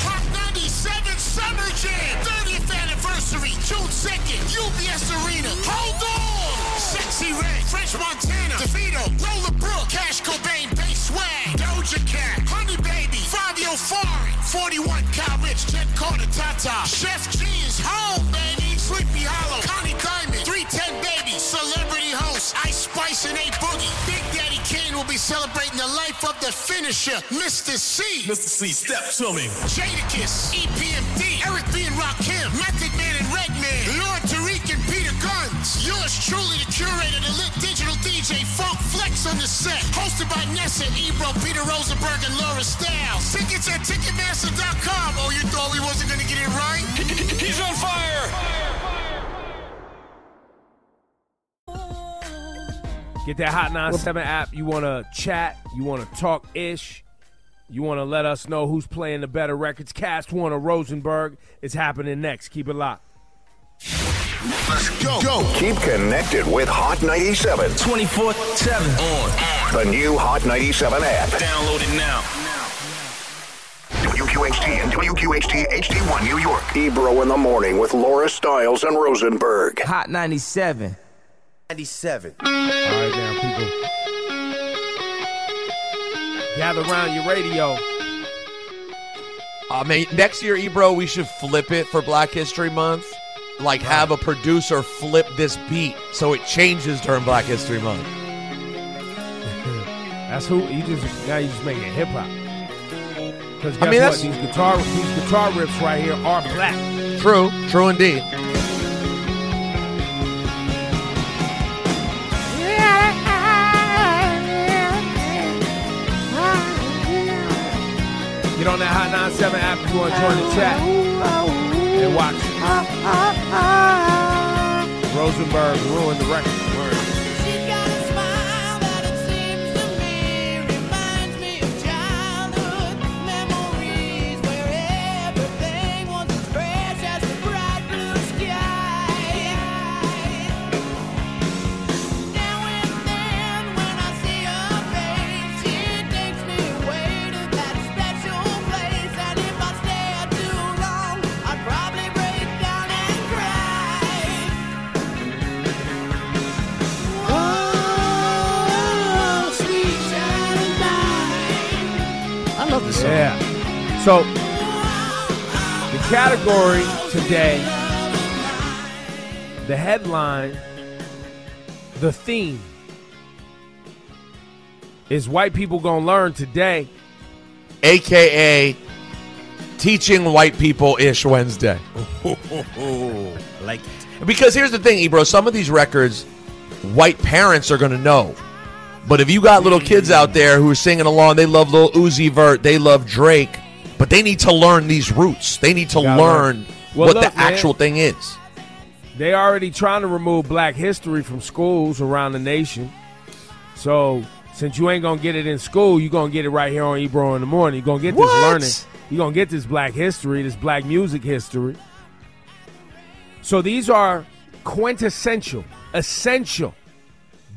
Hot 97 Summer Jam, 30th anniversary, June 2nd, UBS Arena. Hold on! Sexy Red, French Montana, DeVito, Lola Brooke, Cash Cobain, Bass Swag, Doja Cat, Honey Baby, oh Fabio Fari, 41 Cal Rich, Jet Carter, Tata, Chef G is home, baby! Sleepy Hollow, Connie Diamond, 310 Baby, Celebrity Host, Ice Spice and A Boogie. Big Daddy Kane will be celebrating the life of the finisher, Mr. C. Mr. C, step to me. Jadakiss, EPMD, Eric B. and Rakim, Method Man and Redman, Lord Tariq and Peter Guns. Yours truly, the curator, the lit digital DJ, Funk Flex on the set. Hosted by Nessa, Ebro, Peter Rosenberg, and Laura Stiles. Tickets at Ticketmaster.com. Oh, you thought we wasn't going to get it right? He's on fire! Get that Hot 97 app. You want to chat, you want to talk ish, you want to let us know who's playing the better records. Cast Warner Rosenberg is happening next. Keep it locked. Let's go. Keep connected with Hot 97. 24 7. On. The new Hot 97 app. Download it now. WQHT and WQHT HD1 New York. Ebro in the morning with Laura Stiles and Rosenberg. Hot 97. 97. All right, now, people. Gather around your radio. I mean, next year, Ebro, we should flip it for Black History Month. Like, have a producer flip this beat so it changes during Black History Month. That's who you just now you just making hip hop. Because I mean, that's- these guitar these guitar riffs right here are black. True, true indeed. Get on that Hot 97 app if you want to join the chat and watch. Rosenberg ruined the record. Word. Oh, I love this Yeah. So the category today, the headline, the theme is white people gonna learn today. AKA Teaching White People Ish Wednesday. like Because here's the thing, Ebro. Some of these records, white parents are going to know. But if you got little kids out there who are singing along, they love Lil Uzi Vert, they love Drake, but they need to learn these roots. They need to Gotta learn. learn Well, what look, the man. actual thing is. They already trying to remove black history from schools around the nation. So since you ain't gonna get it in school, you gonna get it right here on Ebro in the morning. you gonna get this What? learning. you gonna get this black history, this black music history. So these are quintessential, essential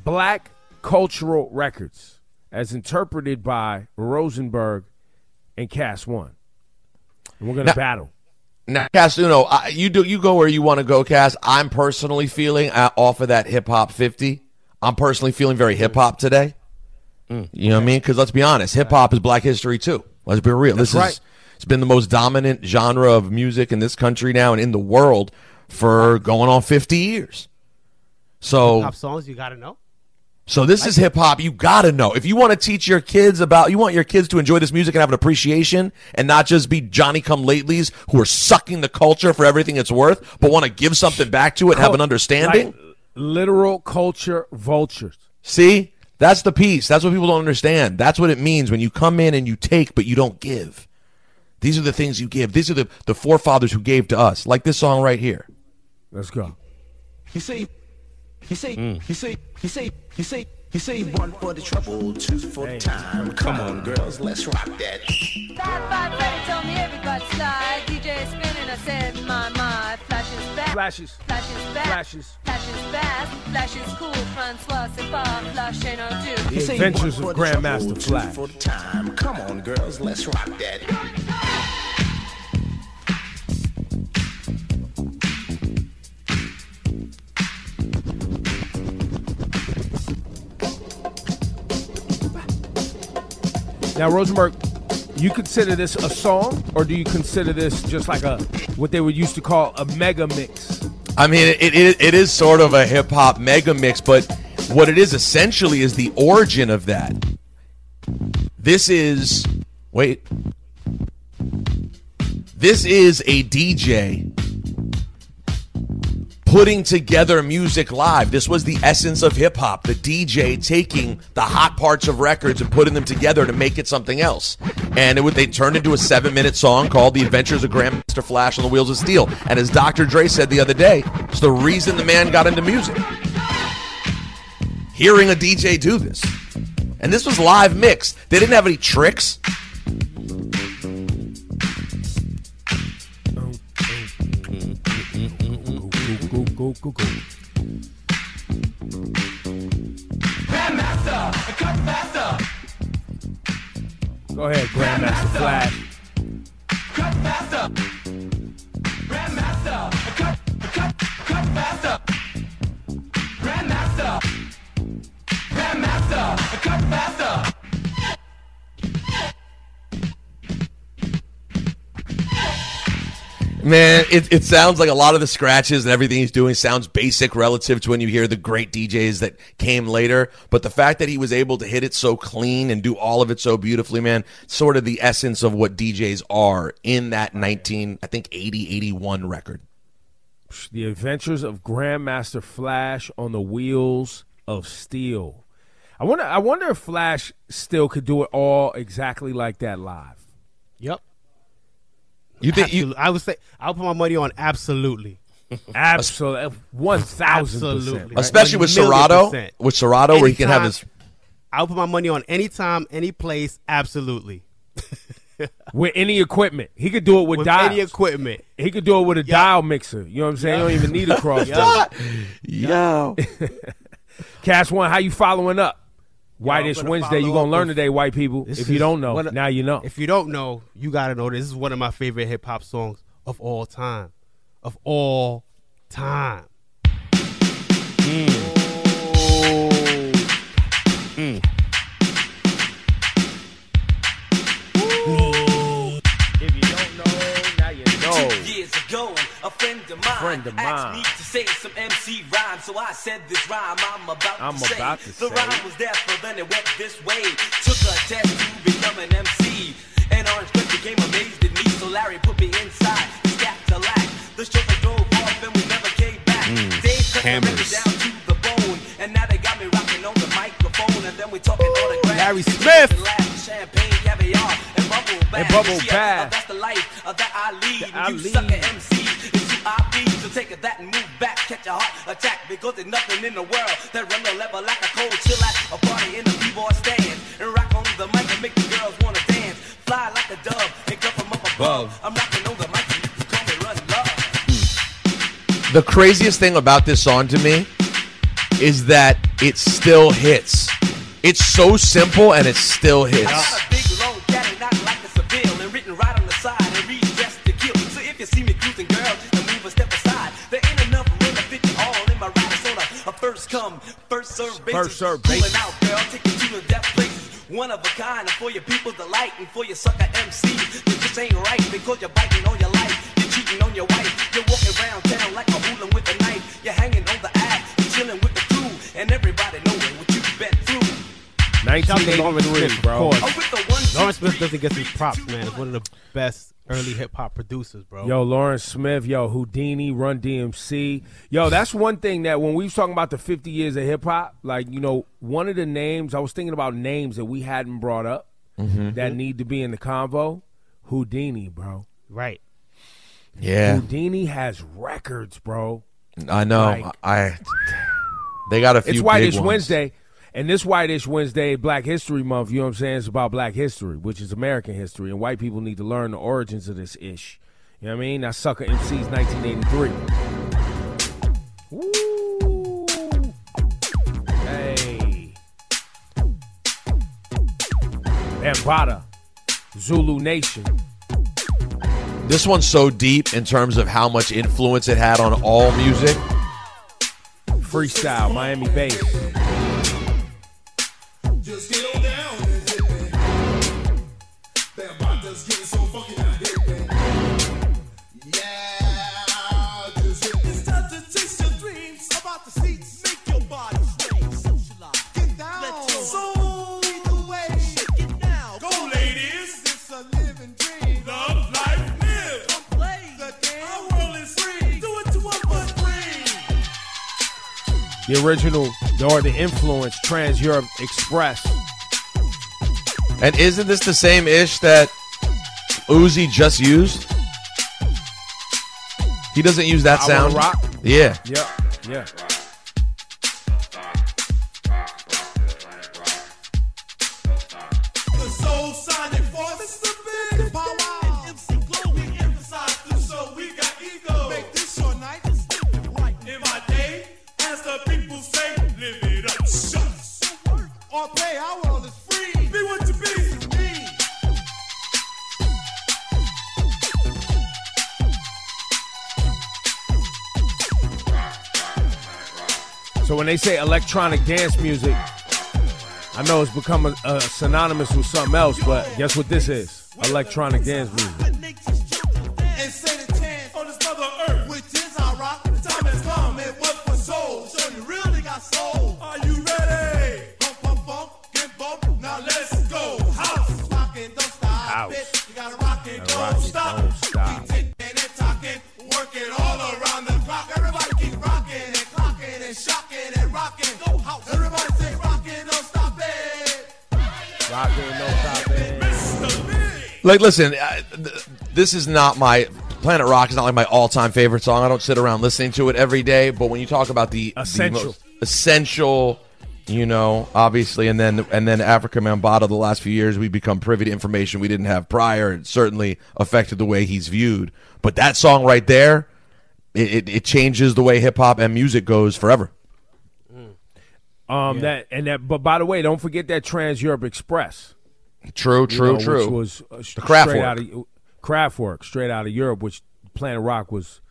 black cultural records as interpreted by Rosenberg and Cass One. And we're gonna Now- battle. Now, Castuno, I, you do you go where you want to go, Cass. I'm personally feeling uh, off of that hip hop 50. I'm personally feeling very hip hop today. Mm. You know what I mean? Because let's be honest, hip hop is Black History too. Let's be real. That's this right. is it's been the most dominant genre of music in this country now and in the world for going on 50 years. So Top songs you gotta know. so this is hip hop. You gotta know if you want to teach your kids about. You want your kids to enjoy this music and have an appreciation, and not just be Johnny Come Latelys who are sucking the culture for everything it's worth, but want to give something back to it, have an Cul- understanding. like, literal culture vultures. See, that's the piece. That's what people don't understand. That's what it means when you come in and you take, but you don't give. These are the things you give. These are the the forefathers who gave to us, like this song right here. Let's go. You see, you see, Mm. you see, you see, you see, you see, one for the trouble, two for the time. Come on, girls, let's rock that. Five Freddy told me everybody slide. DJ is spinning, I said, my, my. Flashes back. Flashes. Flashes back. Flashes. Flashes fast. Flashes cool. Francois, c'est pas. Flash ain't no The dude. Adventures of Grandmaster Flash. For the time. Come on, girls, let's rock that. Now, Rosenberg, you consider this a song, or do you consider this just like a what they would used to call a mega mix? I mean, it, it, it is sort of a hip hop mega mix, but what it is essentially is the origin of that. This is. Wait. This is a DJ putting together music live. This was the essence of hip hop. The DJ taking the hot parts of records and putting them together to make it something else. And it would they turned into a seven minute song called The Adventures of Grandmaster Flash on the Wheels of Steel. And as Dr. Dre said the other day, it's the reason the man got into music. Hearing a DJ do this. And this was live mix. They didn't have any tricks. Go, go, go, go. Grandmaster, cut faster. Go ahead, Grandmaster Flash. Cut faster. Grandmaster, cut, cut, cut faster. Grandmaster, Grandmaster, cut faster. Man, it, it sounds like a lot of the scratches and everything he's doing sounds basic relative to when you hear the great DJs that came later. But the fact that he was able to hit it so clean and do all of it so beautifully, man, sort of the essence of what DJs are in that 19, I think 80, 81 record. The Adventures of Grandmaster Flash on the Wheels of Steel. I wonder I wonder if Flash still could do it all exactly like that live. Yep. You think you, I would say I'll put my money on absolutely. Absolutely. 1000 Absolutely. Especially Like with million Serato, percent. with Serato, where he can have Anytime- his I'll put my money on anytime, any place, absolutely. With any equipment. He could do it with, With dials. any equipment. He could do it with a dial mixer. You know what I'm saying? Yeah. You don't even need a cross. Yeah. Yo. Cash One, how you following up? Whitish gonna Wednesday. you follow going to up learn with- today, white people. This if you is don't know, one of- now you know. If you don't know, you gotta know. This is one of my favorite hip hop songs of all time, of all time. Hmm. Oh. No. Two years ago, a friend of mine, Friend of asked mine. me to say some MC rhyme, so I said this rhyme I'm about I'm to about to say. say. the rhyme was there, but then it went this way. Took a test to become an MC, and Orange Cliff became amazed at me, so Larry put me inside. the Staff to lack. The chauffeur drove off and we never came back. Dave cut the record Hammers. down to the bone, and now they got me rocking on the microphone, and then we talking autographs. Larry Smith. Champagne, caviar, and bubble bath. bubble She asked, bath. "Oh, That's the life uh, that I lead. you sucker MC. It's who I be. So take that and move back. Catch a heart attack because there's nothing in the world that run the level like a cold chill at a party in the b-boy stand and rock on the mic and make the girls wanna dance. Fly like a dove and come from up above. I'm rocking on the mic and you can call me run love. the craziest thing about this song to me is that it still hits. It's so simple and it still I'm hits. a big long daddy, not like a Seville, and written right on the side and redressed to kill. So if you see me cruising, girl, then move a step aside. There ain't enough room to fit you all in my ride. So the- a first come, first serve basis. First serve Pulling basis. out, girl, taking you to death places. One of a kind, and for your people delight, and for your sucker MC, that just ain't right because you're biting on your life, you're cheating on your wife, you're walking around town like a hooligan with a knife, you're hanging on the ass, you're chilling with the crew, and everybody knowing what you've been through. Shout out to Lawrence Smith, 1983, of bro. course. Lawrence Smith doesn't get these props, man. It's one of the best early hip hop producers, bro. Yo, Lawrence Smith, yo, Houdini, Run DMC. Yo, that's one thing that when we was talking about the 50 years of hip hop, like, you know, one of the names, I was thinking about names that we hadn't brought up Mhm. that need to be in the convo. Houdini, bro. Right. Yeah. Houdini has records, bro. I know. Like, I they got a few. it's Whitish big ones. Wednesday. And this Whitish Wednesday, Black History Month, you know what I'm saying? It's about black history, which is American history. And white people need to learn the origins of this ish. You know what I mean? That sucker MC's 1983. Woo. Hey. Ambata. Zulu Nation. This one's so deep in terms of how much influence it had on all music. Freestyle. Miami Bass. Just get on down and hit me. That bot just getting so funky now, hit me. Yeah, just hit me. It's time to chase your dreams about the seats. Make your body sway. Socialize. Get down. Let your soul lead the way. Shake it now. Go, ladies. It's a living dream. Love life live. Come play. The game. Our world is free. Do it to a foot free. The original, or the influence, Trans Europe Express. And isn't this the same ish that Uzi just used? He doesn't use that I Wanna sound. Rock? Yeah. Yeah. Yeah. The soul sonic force is the big power. And MC Glow, we emphasize the show. We got ego. Make this your night. Just live it right. In my day, as the people say, live it up. Shucks. Or play, our world is free. Be what you be. This is me. So when they say electronic dance music, I know it's become a, a synonymous with something else, but guess what this is? Electronic dance music. And say the chance. rock it, don't stop. Keep ticking and talking, working all around the clock. Everybody keep rocking and clocking and shocking and rocking. Go house. Everybody say rocking, don't stop it. Rockin' no stop Like, listen, I, th- this is not my Planet Rock is not like my all-time favorite song. I don't sit around listening to it every day. But when you talk about the the Essential. most essential, you know, obviously, and then and then Africa Mambata. The last few years, we become privy to information we didn't have prior. It certainly affected the way he's viewed. But that song right there, it, it, it changes the way hip hop and music goes forever. Um, that and that. But by the way, don't forget that Trans Europe Express. True, you true, know, true. Which was uh, The Kraftwerk. straight out of Kraftwerk, straight out of Europe, which Planet Rock was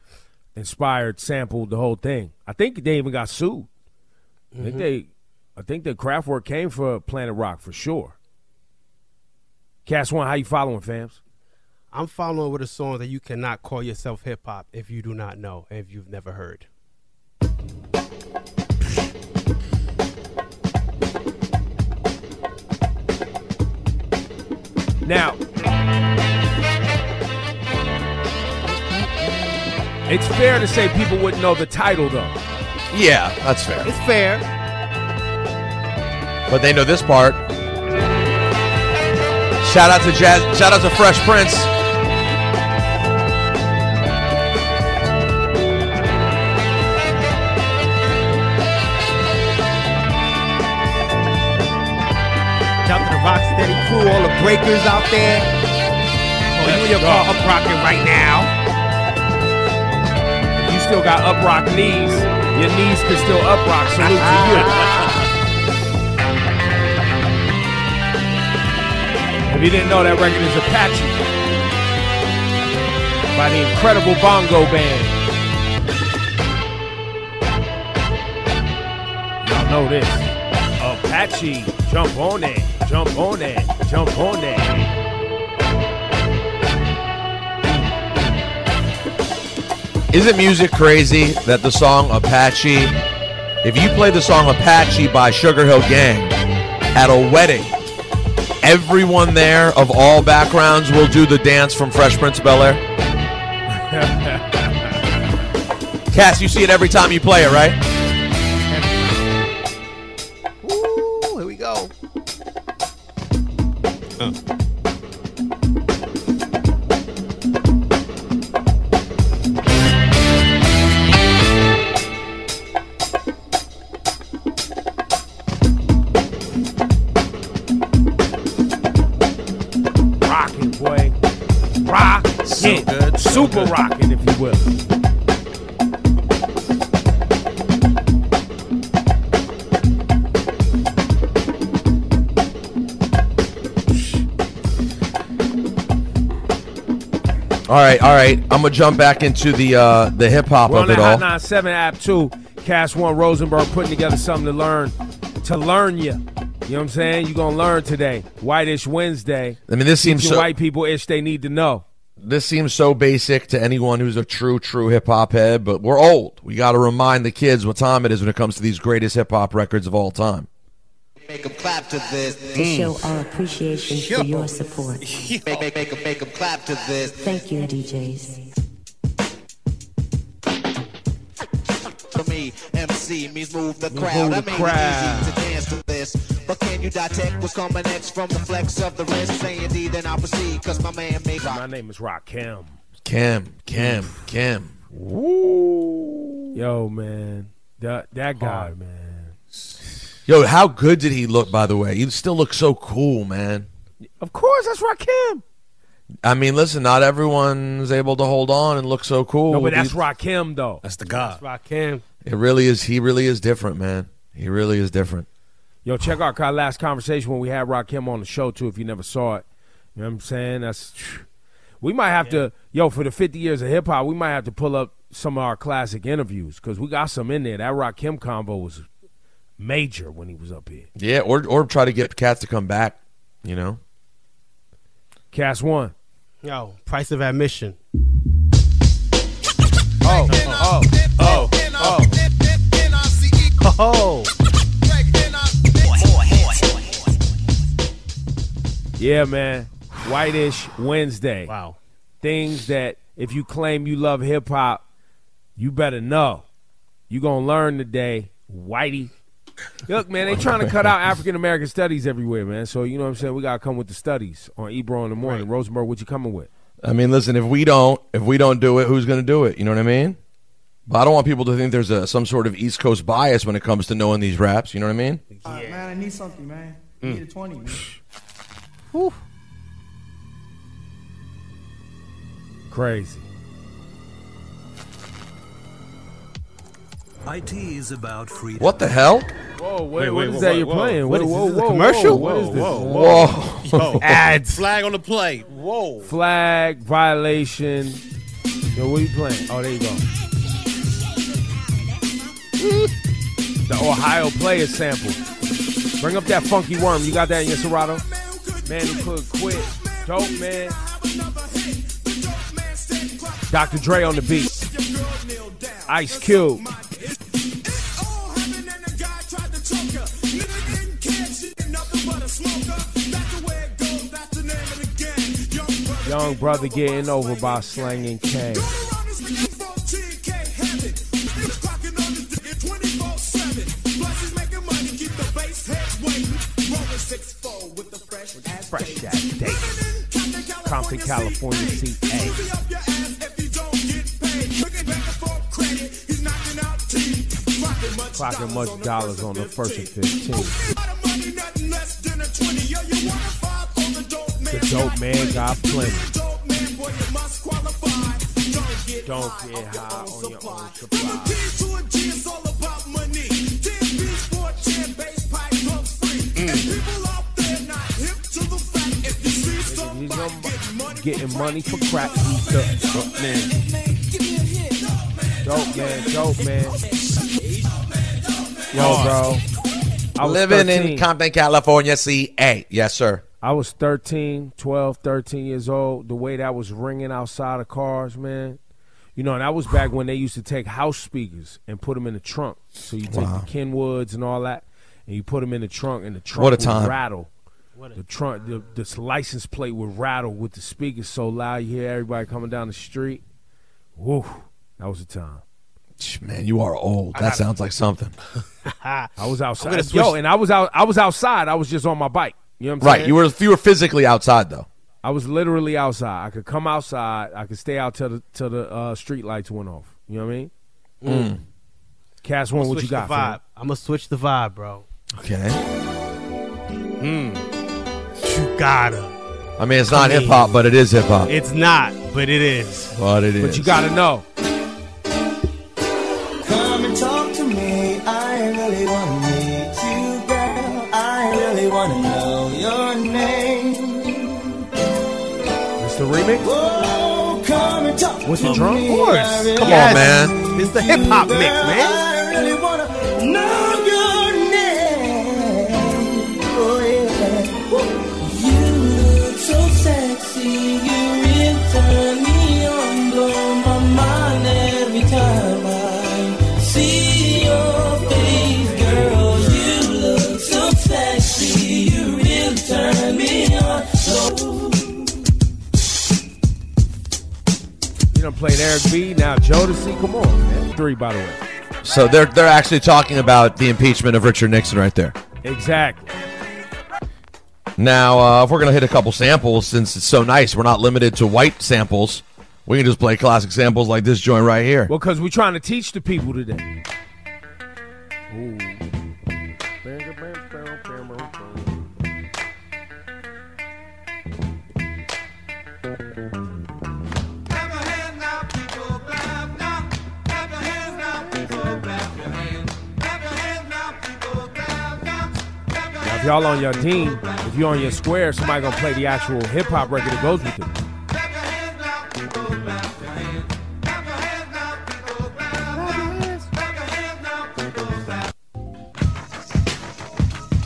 inspired, sampled the whole thing. I think they even got sued. I Mm-hmm. think Mhm. they, I think the Kraftwerk came for Planet Rock for sure. Cass one, how you following, fams? I'm following with a song that you cannot call yourself hip hop if you do not know, if you've never heard. Now, it's fair to say people wouldn't know the title though. Yeah, that's fair. It's fair. But they know this part. Shout out to Jazz. Shout out to Fresh Prince. Shout to the Rocksteady crew, all the breakers out there. Oh, you and your car up rocking right now. You still got up rock knees. Your knees can still up rock. Salute to you. If you didn't know, that record is Apache by the incredible Bongo Band. Y'all know this. Apache, jump on it, jump on it, jump on it. Is it music crazy that the song Apache, if you play the song Apache by Sugar Hill Gang at a wedding, everyone there of all backgrounds will do the dance from Fresh Prince of Bel Air? Cass, you see it every time you play it, right? Ooh, here we go. Rockin', boy. Rock it. Super rockin', if you will. All right, all right. I'm gonna jump back into the uh, the hip hop We're on of the it all. Hot 97 app too. Cash One Rosenberg putting together something to learn, to learn you. You know what I'm saying? You're gonna learn today. Whitish Wednesday. I mean, this seems Teaching so- white people ish they need to know. This seems so basic to anyone who's a true, true hip hop head, but we're old. We got to remind the kids what time it is when it comes to these greatest hip hop records of all time. Make 'em clap to this. To show our appreciation for your support. Make, make, make, 'em- make 'em clap to this. Thank you, DJs. For me, MC means move the Move crowd. the I made crowd. it easy to dance to this. But can you dissect what's coming next from the flex of the wrist? Say indeed, then I'll proceed, cause my man may rock. My name is Rock Kim. Kim, Kim, Kim. Yo, man, that that guy, man. Yo, how good did he look, by the way? He still looks so cool, man. Of course, that's Rakim. I mean, listen, not everyone's able to hold on and look so cool. No, but that's These- Rakim though. That's the god. That's Rakim. It really is. He really is different, man. He really is different. Yo, check out our last conversation when we had Rakim on the show too. If you never saw it, you know what I'm saying? That's we might have to yo for the 50 years of hip hop. We might have to pull up some of our classic interviews because we got some in there. That Rakim combo was major when he was up here. Yeah, or or try to get cats to come back. You know, Cast one. Yo, price of admission. Oh, oh, oh, oh. Oh. Yeah, man. Whitish Wednesday. Wow. Things that if you claim you love hip hop, you better know. you going to learn today, Whitey. Look, man, they trying to cut out African American studies everywhere, man. So, you know what I'm saying? We got to come with the studies on Ebro in the morning. Rosenberg, what you coming with? I mean, listen, if we don't if we don't do it, who's going to do it? You know what I mean? But I don't want people to think there's a some sort of East Coast bias when it comes to knowing these raps. You know what I mean? All right, man, I need something, man. I Mm. need a 20, man. Crazy. IT is about freedom. What the hell? Whoa, wait, what wait, is wait, that wait, you're whoa. playing? What What, is whoa, this, whoa, a commercial? Whoa, what is this? Whoa, whoa, whoa. Yo. Ads. Flag on the play. Whoa. Flag violation. Yo, what are you playing? Oh, there you go. The Ohio player sample. Bring up that funky worm. You got that in your Serato? Man who could quit. Dope man. Dr. Dre on the beat. Ice Cube. Young brother getting over by slanging K. Fresh that date. Compton, California, CA. Clocking much dollars on the first and 15th. The dope man got plenty. Don't get high on your own supply. Mm. He's number- Getting money for crack. He's the dope man. Dope man, dope man. Yo, bro. I was Living 13. in Compton, California, CA. Yes, sir. I was 13, 12, 13 years old. The way that was ringing outside of cars, man. You know, and that was back when they used to take house speakers and put them in the trunk. So you take Wow. the Kenwoods and all that, and you put them in the trunk, and the trunk What a would time. rattle. the trunk, the, this license plate would rattle with the speakers so loud you hear everybody coming down the street. Woo, that was the time. Man, you are old. That sounds like something. I was outside, gonna switch- yo, and I was out. I was outside. I was just on my bike. You know what I'm saying? Right. You were you were physically outside though. I was literally outside. I could come outside. I could stay out till the till the uh, street lights went off. You know what I mean? Mm. Cash one, what you Switch the got? Vibe. I'm gonna switch the vibe, bro. Okay. Hmm. Mm. You gotta. I mean, it's not hip hop, but it is hip hop. It's not, but it is. But it is. But you gotta know. Come and talk to me. I really wanna meet you, girl. I really wanna know your name. It's the remix. Oh, come and talk With to the drum? me. Of course. I really Come on, wanna man. meet It's the hip-hop you, mix, girl. man. I really wanna know your name. Oh, yeah. You look so sexy. You really turn me on. Blow my mind every time I see your face, girl. You look so sexy. You really turn me on. So You done played Eric B. Now Jodeci. Come on, man. Three, by the way. So they're they're actually talking about the impeachment of Richard Nixon right there. Exactly. Now, uh, if we're gonna hit a couple samples, since it's so nice, we're not limited to white samples. We can just play classic samples like this joint right here. Well, because we're trying to teach the people today. Ooh. Now, if y'all on your team, if you're on your square, somebody gonna play the actual hip hop record that goes with it.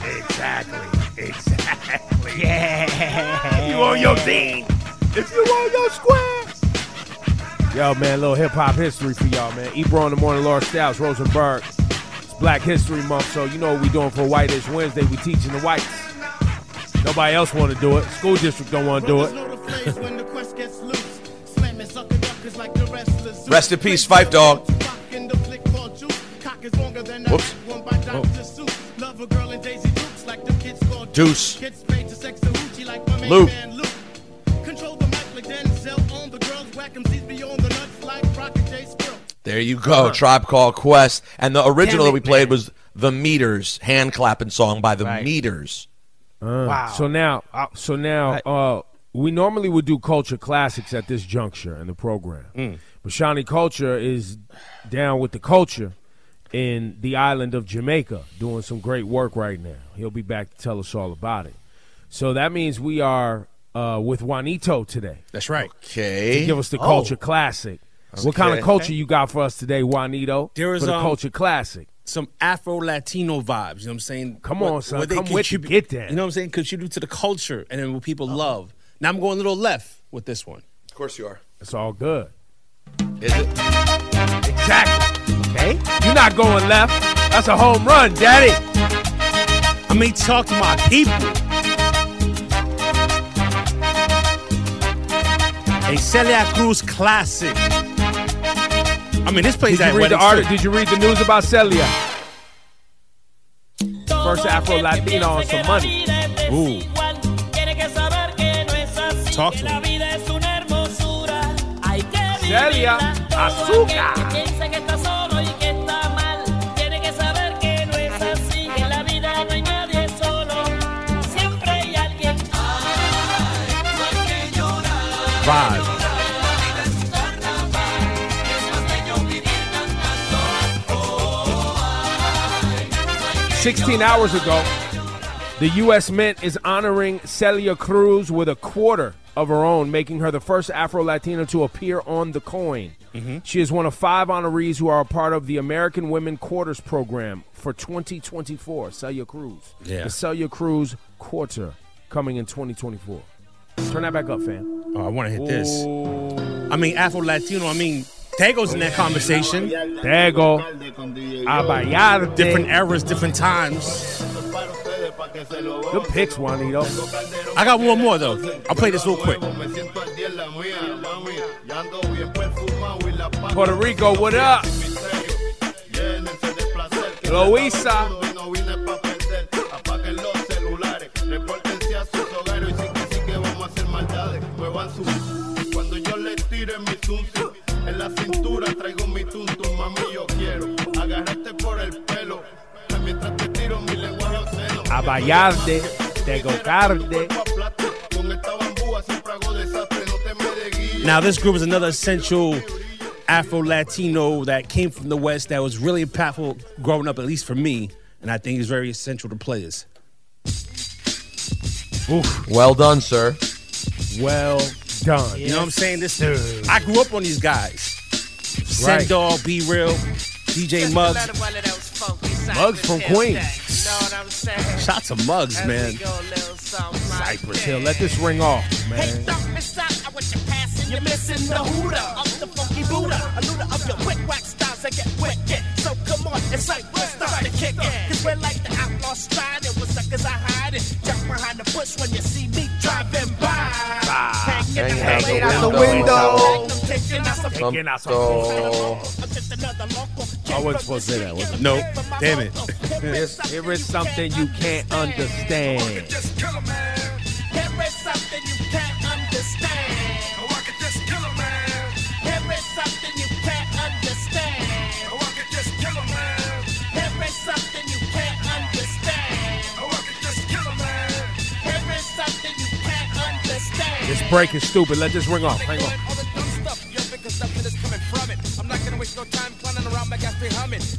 Exactly. Exactly. Yeah. You on your team. If you on your square. Yo, man, a little hip hop history for y'all, man. Ebro in the morning, Laura Styles, Rosenberg. It's Black History Month, so you know what we doing for Whitish Wednesday. We teaching the whites. Nobody else want to do it. School district don't want to do it. Rest in peace, Fife Dog. Whoops. Deuce. Luke. There you go. Tribe Call Quest. And the original Damn that we it, played was The Meters, hand clapping song by The Right. Meters. Uh, Wow. So now, uh, so now, uh, we normally would do culture classics at this juncture in the program, Mm. but Shawnee Culture is down with the culture in the island of Jamaica, doing some great work right now. He'll be back to tell us all about it. So that means we are uh, with Juanito today. That's right. Okay. To give us the Oh. culture classic. What kind Okay. of culture you got for us today, Juanito? There is, for the um, culture classic. Some Afro Latino vibes. You know what I'm saying? Come What- on, son. what they Come with you. contribute- Get that. You know what I'm saying? Contribute to the culture and then what people love. Now I'm going a little left with this one. Of course you are. It's all good. Is it? Exactly. Okay. You're not going left. That's a home run, Daddy. I mean, talk to my people. A Celia Cruz classic. I mean, this plays Did at you read the weddings, arti- too. Did you read the news about Celia? First Afro Latina on some money. Ooh. Talk to me. Celia Azúcar. Vibe. Sixteen hours ago, the U.S. Mint is honoring Celia Cruz with a quarter of her own, making her the first Afro Latina to appear on the coin. She is one of five honorees who are a part of the American Women Quarters Program for 2024. Celia Cruz. Yeah. The Celia Cruz Quarter coming in 2024. Turn that back up, fam. Oh, I want to hit this. I mean, Afro Latino. I mean, Dago's in that conversation. Dago. Abayarte. Different eras, different times. Good picks, Juanito. I got one more, though. I'll play this real quick. Puerto Rico, what up? Luisa. Abayarte, Degocarde. Now, this group is another essential Afro Latino that came from the West that was really impactful growing up, at least for me, and I think is very essential to players. Well done, sir. Well done. You know what I'm saying? This I grew up on these guys. Right. Sendall, Be Real, DJ Muggs. Muggs from Queens. Shout to Muggs, man. Cypress Hill, let this ring off, man. You're missing the hooter. I'm the funky Buddha. A looter of your quick wax styles that get wicked. So come on, it's like let's start to kick it. Cause we're like the outlaw strider. With suckers I hide it. Jump behind the bush when you see me driving by. Ah. Hanging Hang out the out the window. window. Taking out some Taking out some- I wasn't supposed to say that, was I? Nope. Damn it. Here is something you can't understand. Here is something you can't understand. Oh, I could just kill a man. Here is something you can't understand. Oh, I could just kill a man. Here is something you can't understand. Oh, I could just kill a man. Here is something you can't understand. This break is stupid. Let this ring off. Hang on.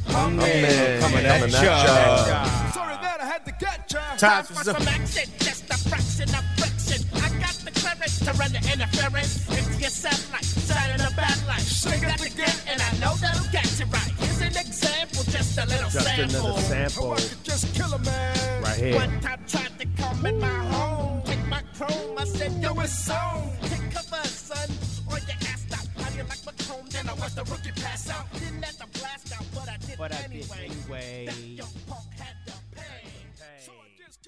Coming at ya. Time for some action, just a fraction of friction. I got the clearance to run the interference into your satellite, shining a bad light. Shake that again, and I know that'll get you right. Here's an example, just a little Just sample. another sample Just kill a man. right here. One time tried to come in my home, take my chrome. I said, yo, it's on. Take cover, son, or your ass out. How do you like my chrome? Then I watched the rookie pass out. Didn't let the blast out, but I did anyway. That young punk had the pain. So I just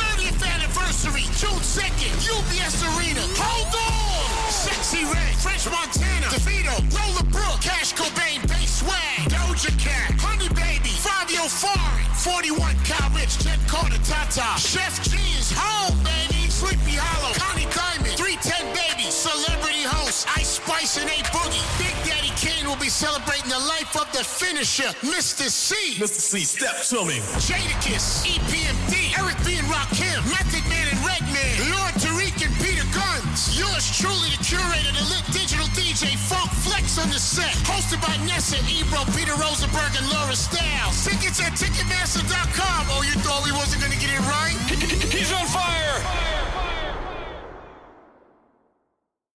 30th anniversary, June 2nd, UBS Arena. Hold on! Sexy Red, French Montana, DeVito, Lola Brooke, Cash Cobain, Bass Swag, Doja Cat, Honey Baby, Fabio Foreign, 41 Kyle Rich, Ted Carter, Tata, Chef G is home, baby. Sleepy Hollow, Connie Diamond, 310 Baby, Celebrity Host, Ice Spice and A Boogie. Big Daddy Kane will be celebrating the life of the finisher, Mr. C. Mr. C, step to me. Jadakiss, E EPMD, Eric B. and Rakim, Method Man and Redman, Lord Tariq and Peter Guns. Yours truly, the curator, the lit digital DJ, Funk Flex on the set. Hosted by Nessa, Ebro, Peter Rosenberg, and Laura Stiles. Tickets at Ticketmaster.com. Oh, you thought we wasn't going to get it right?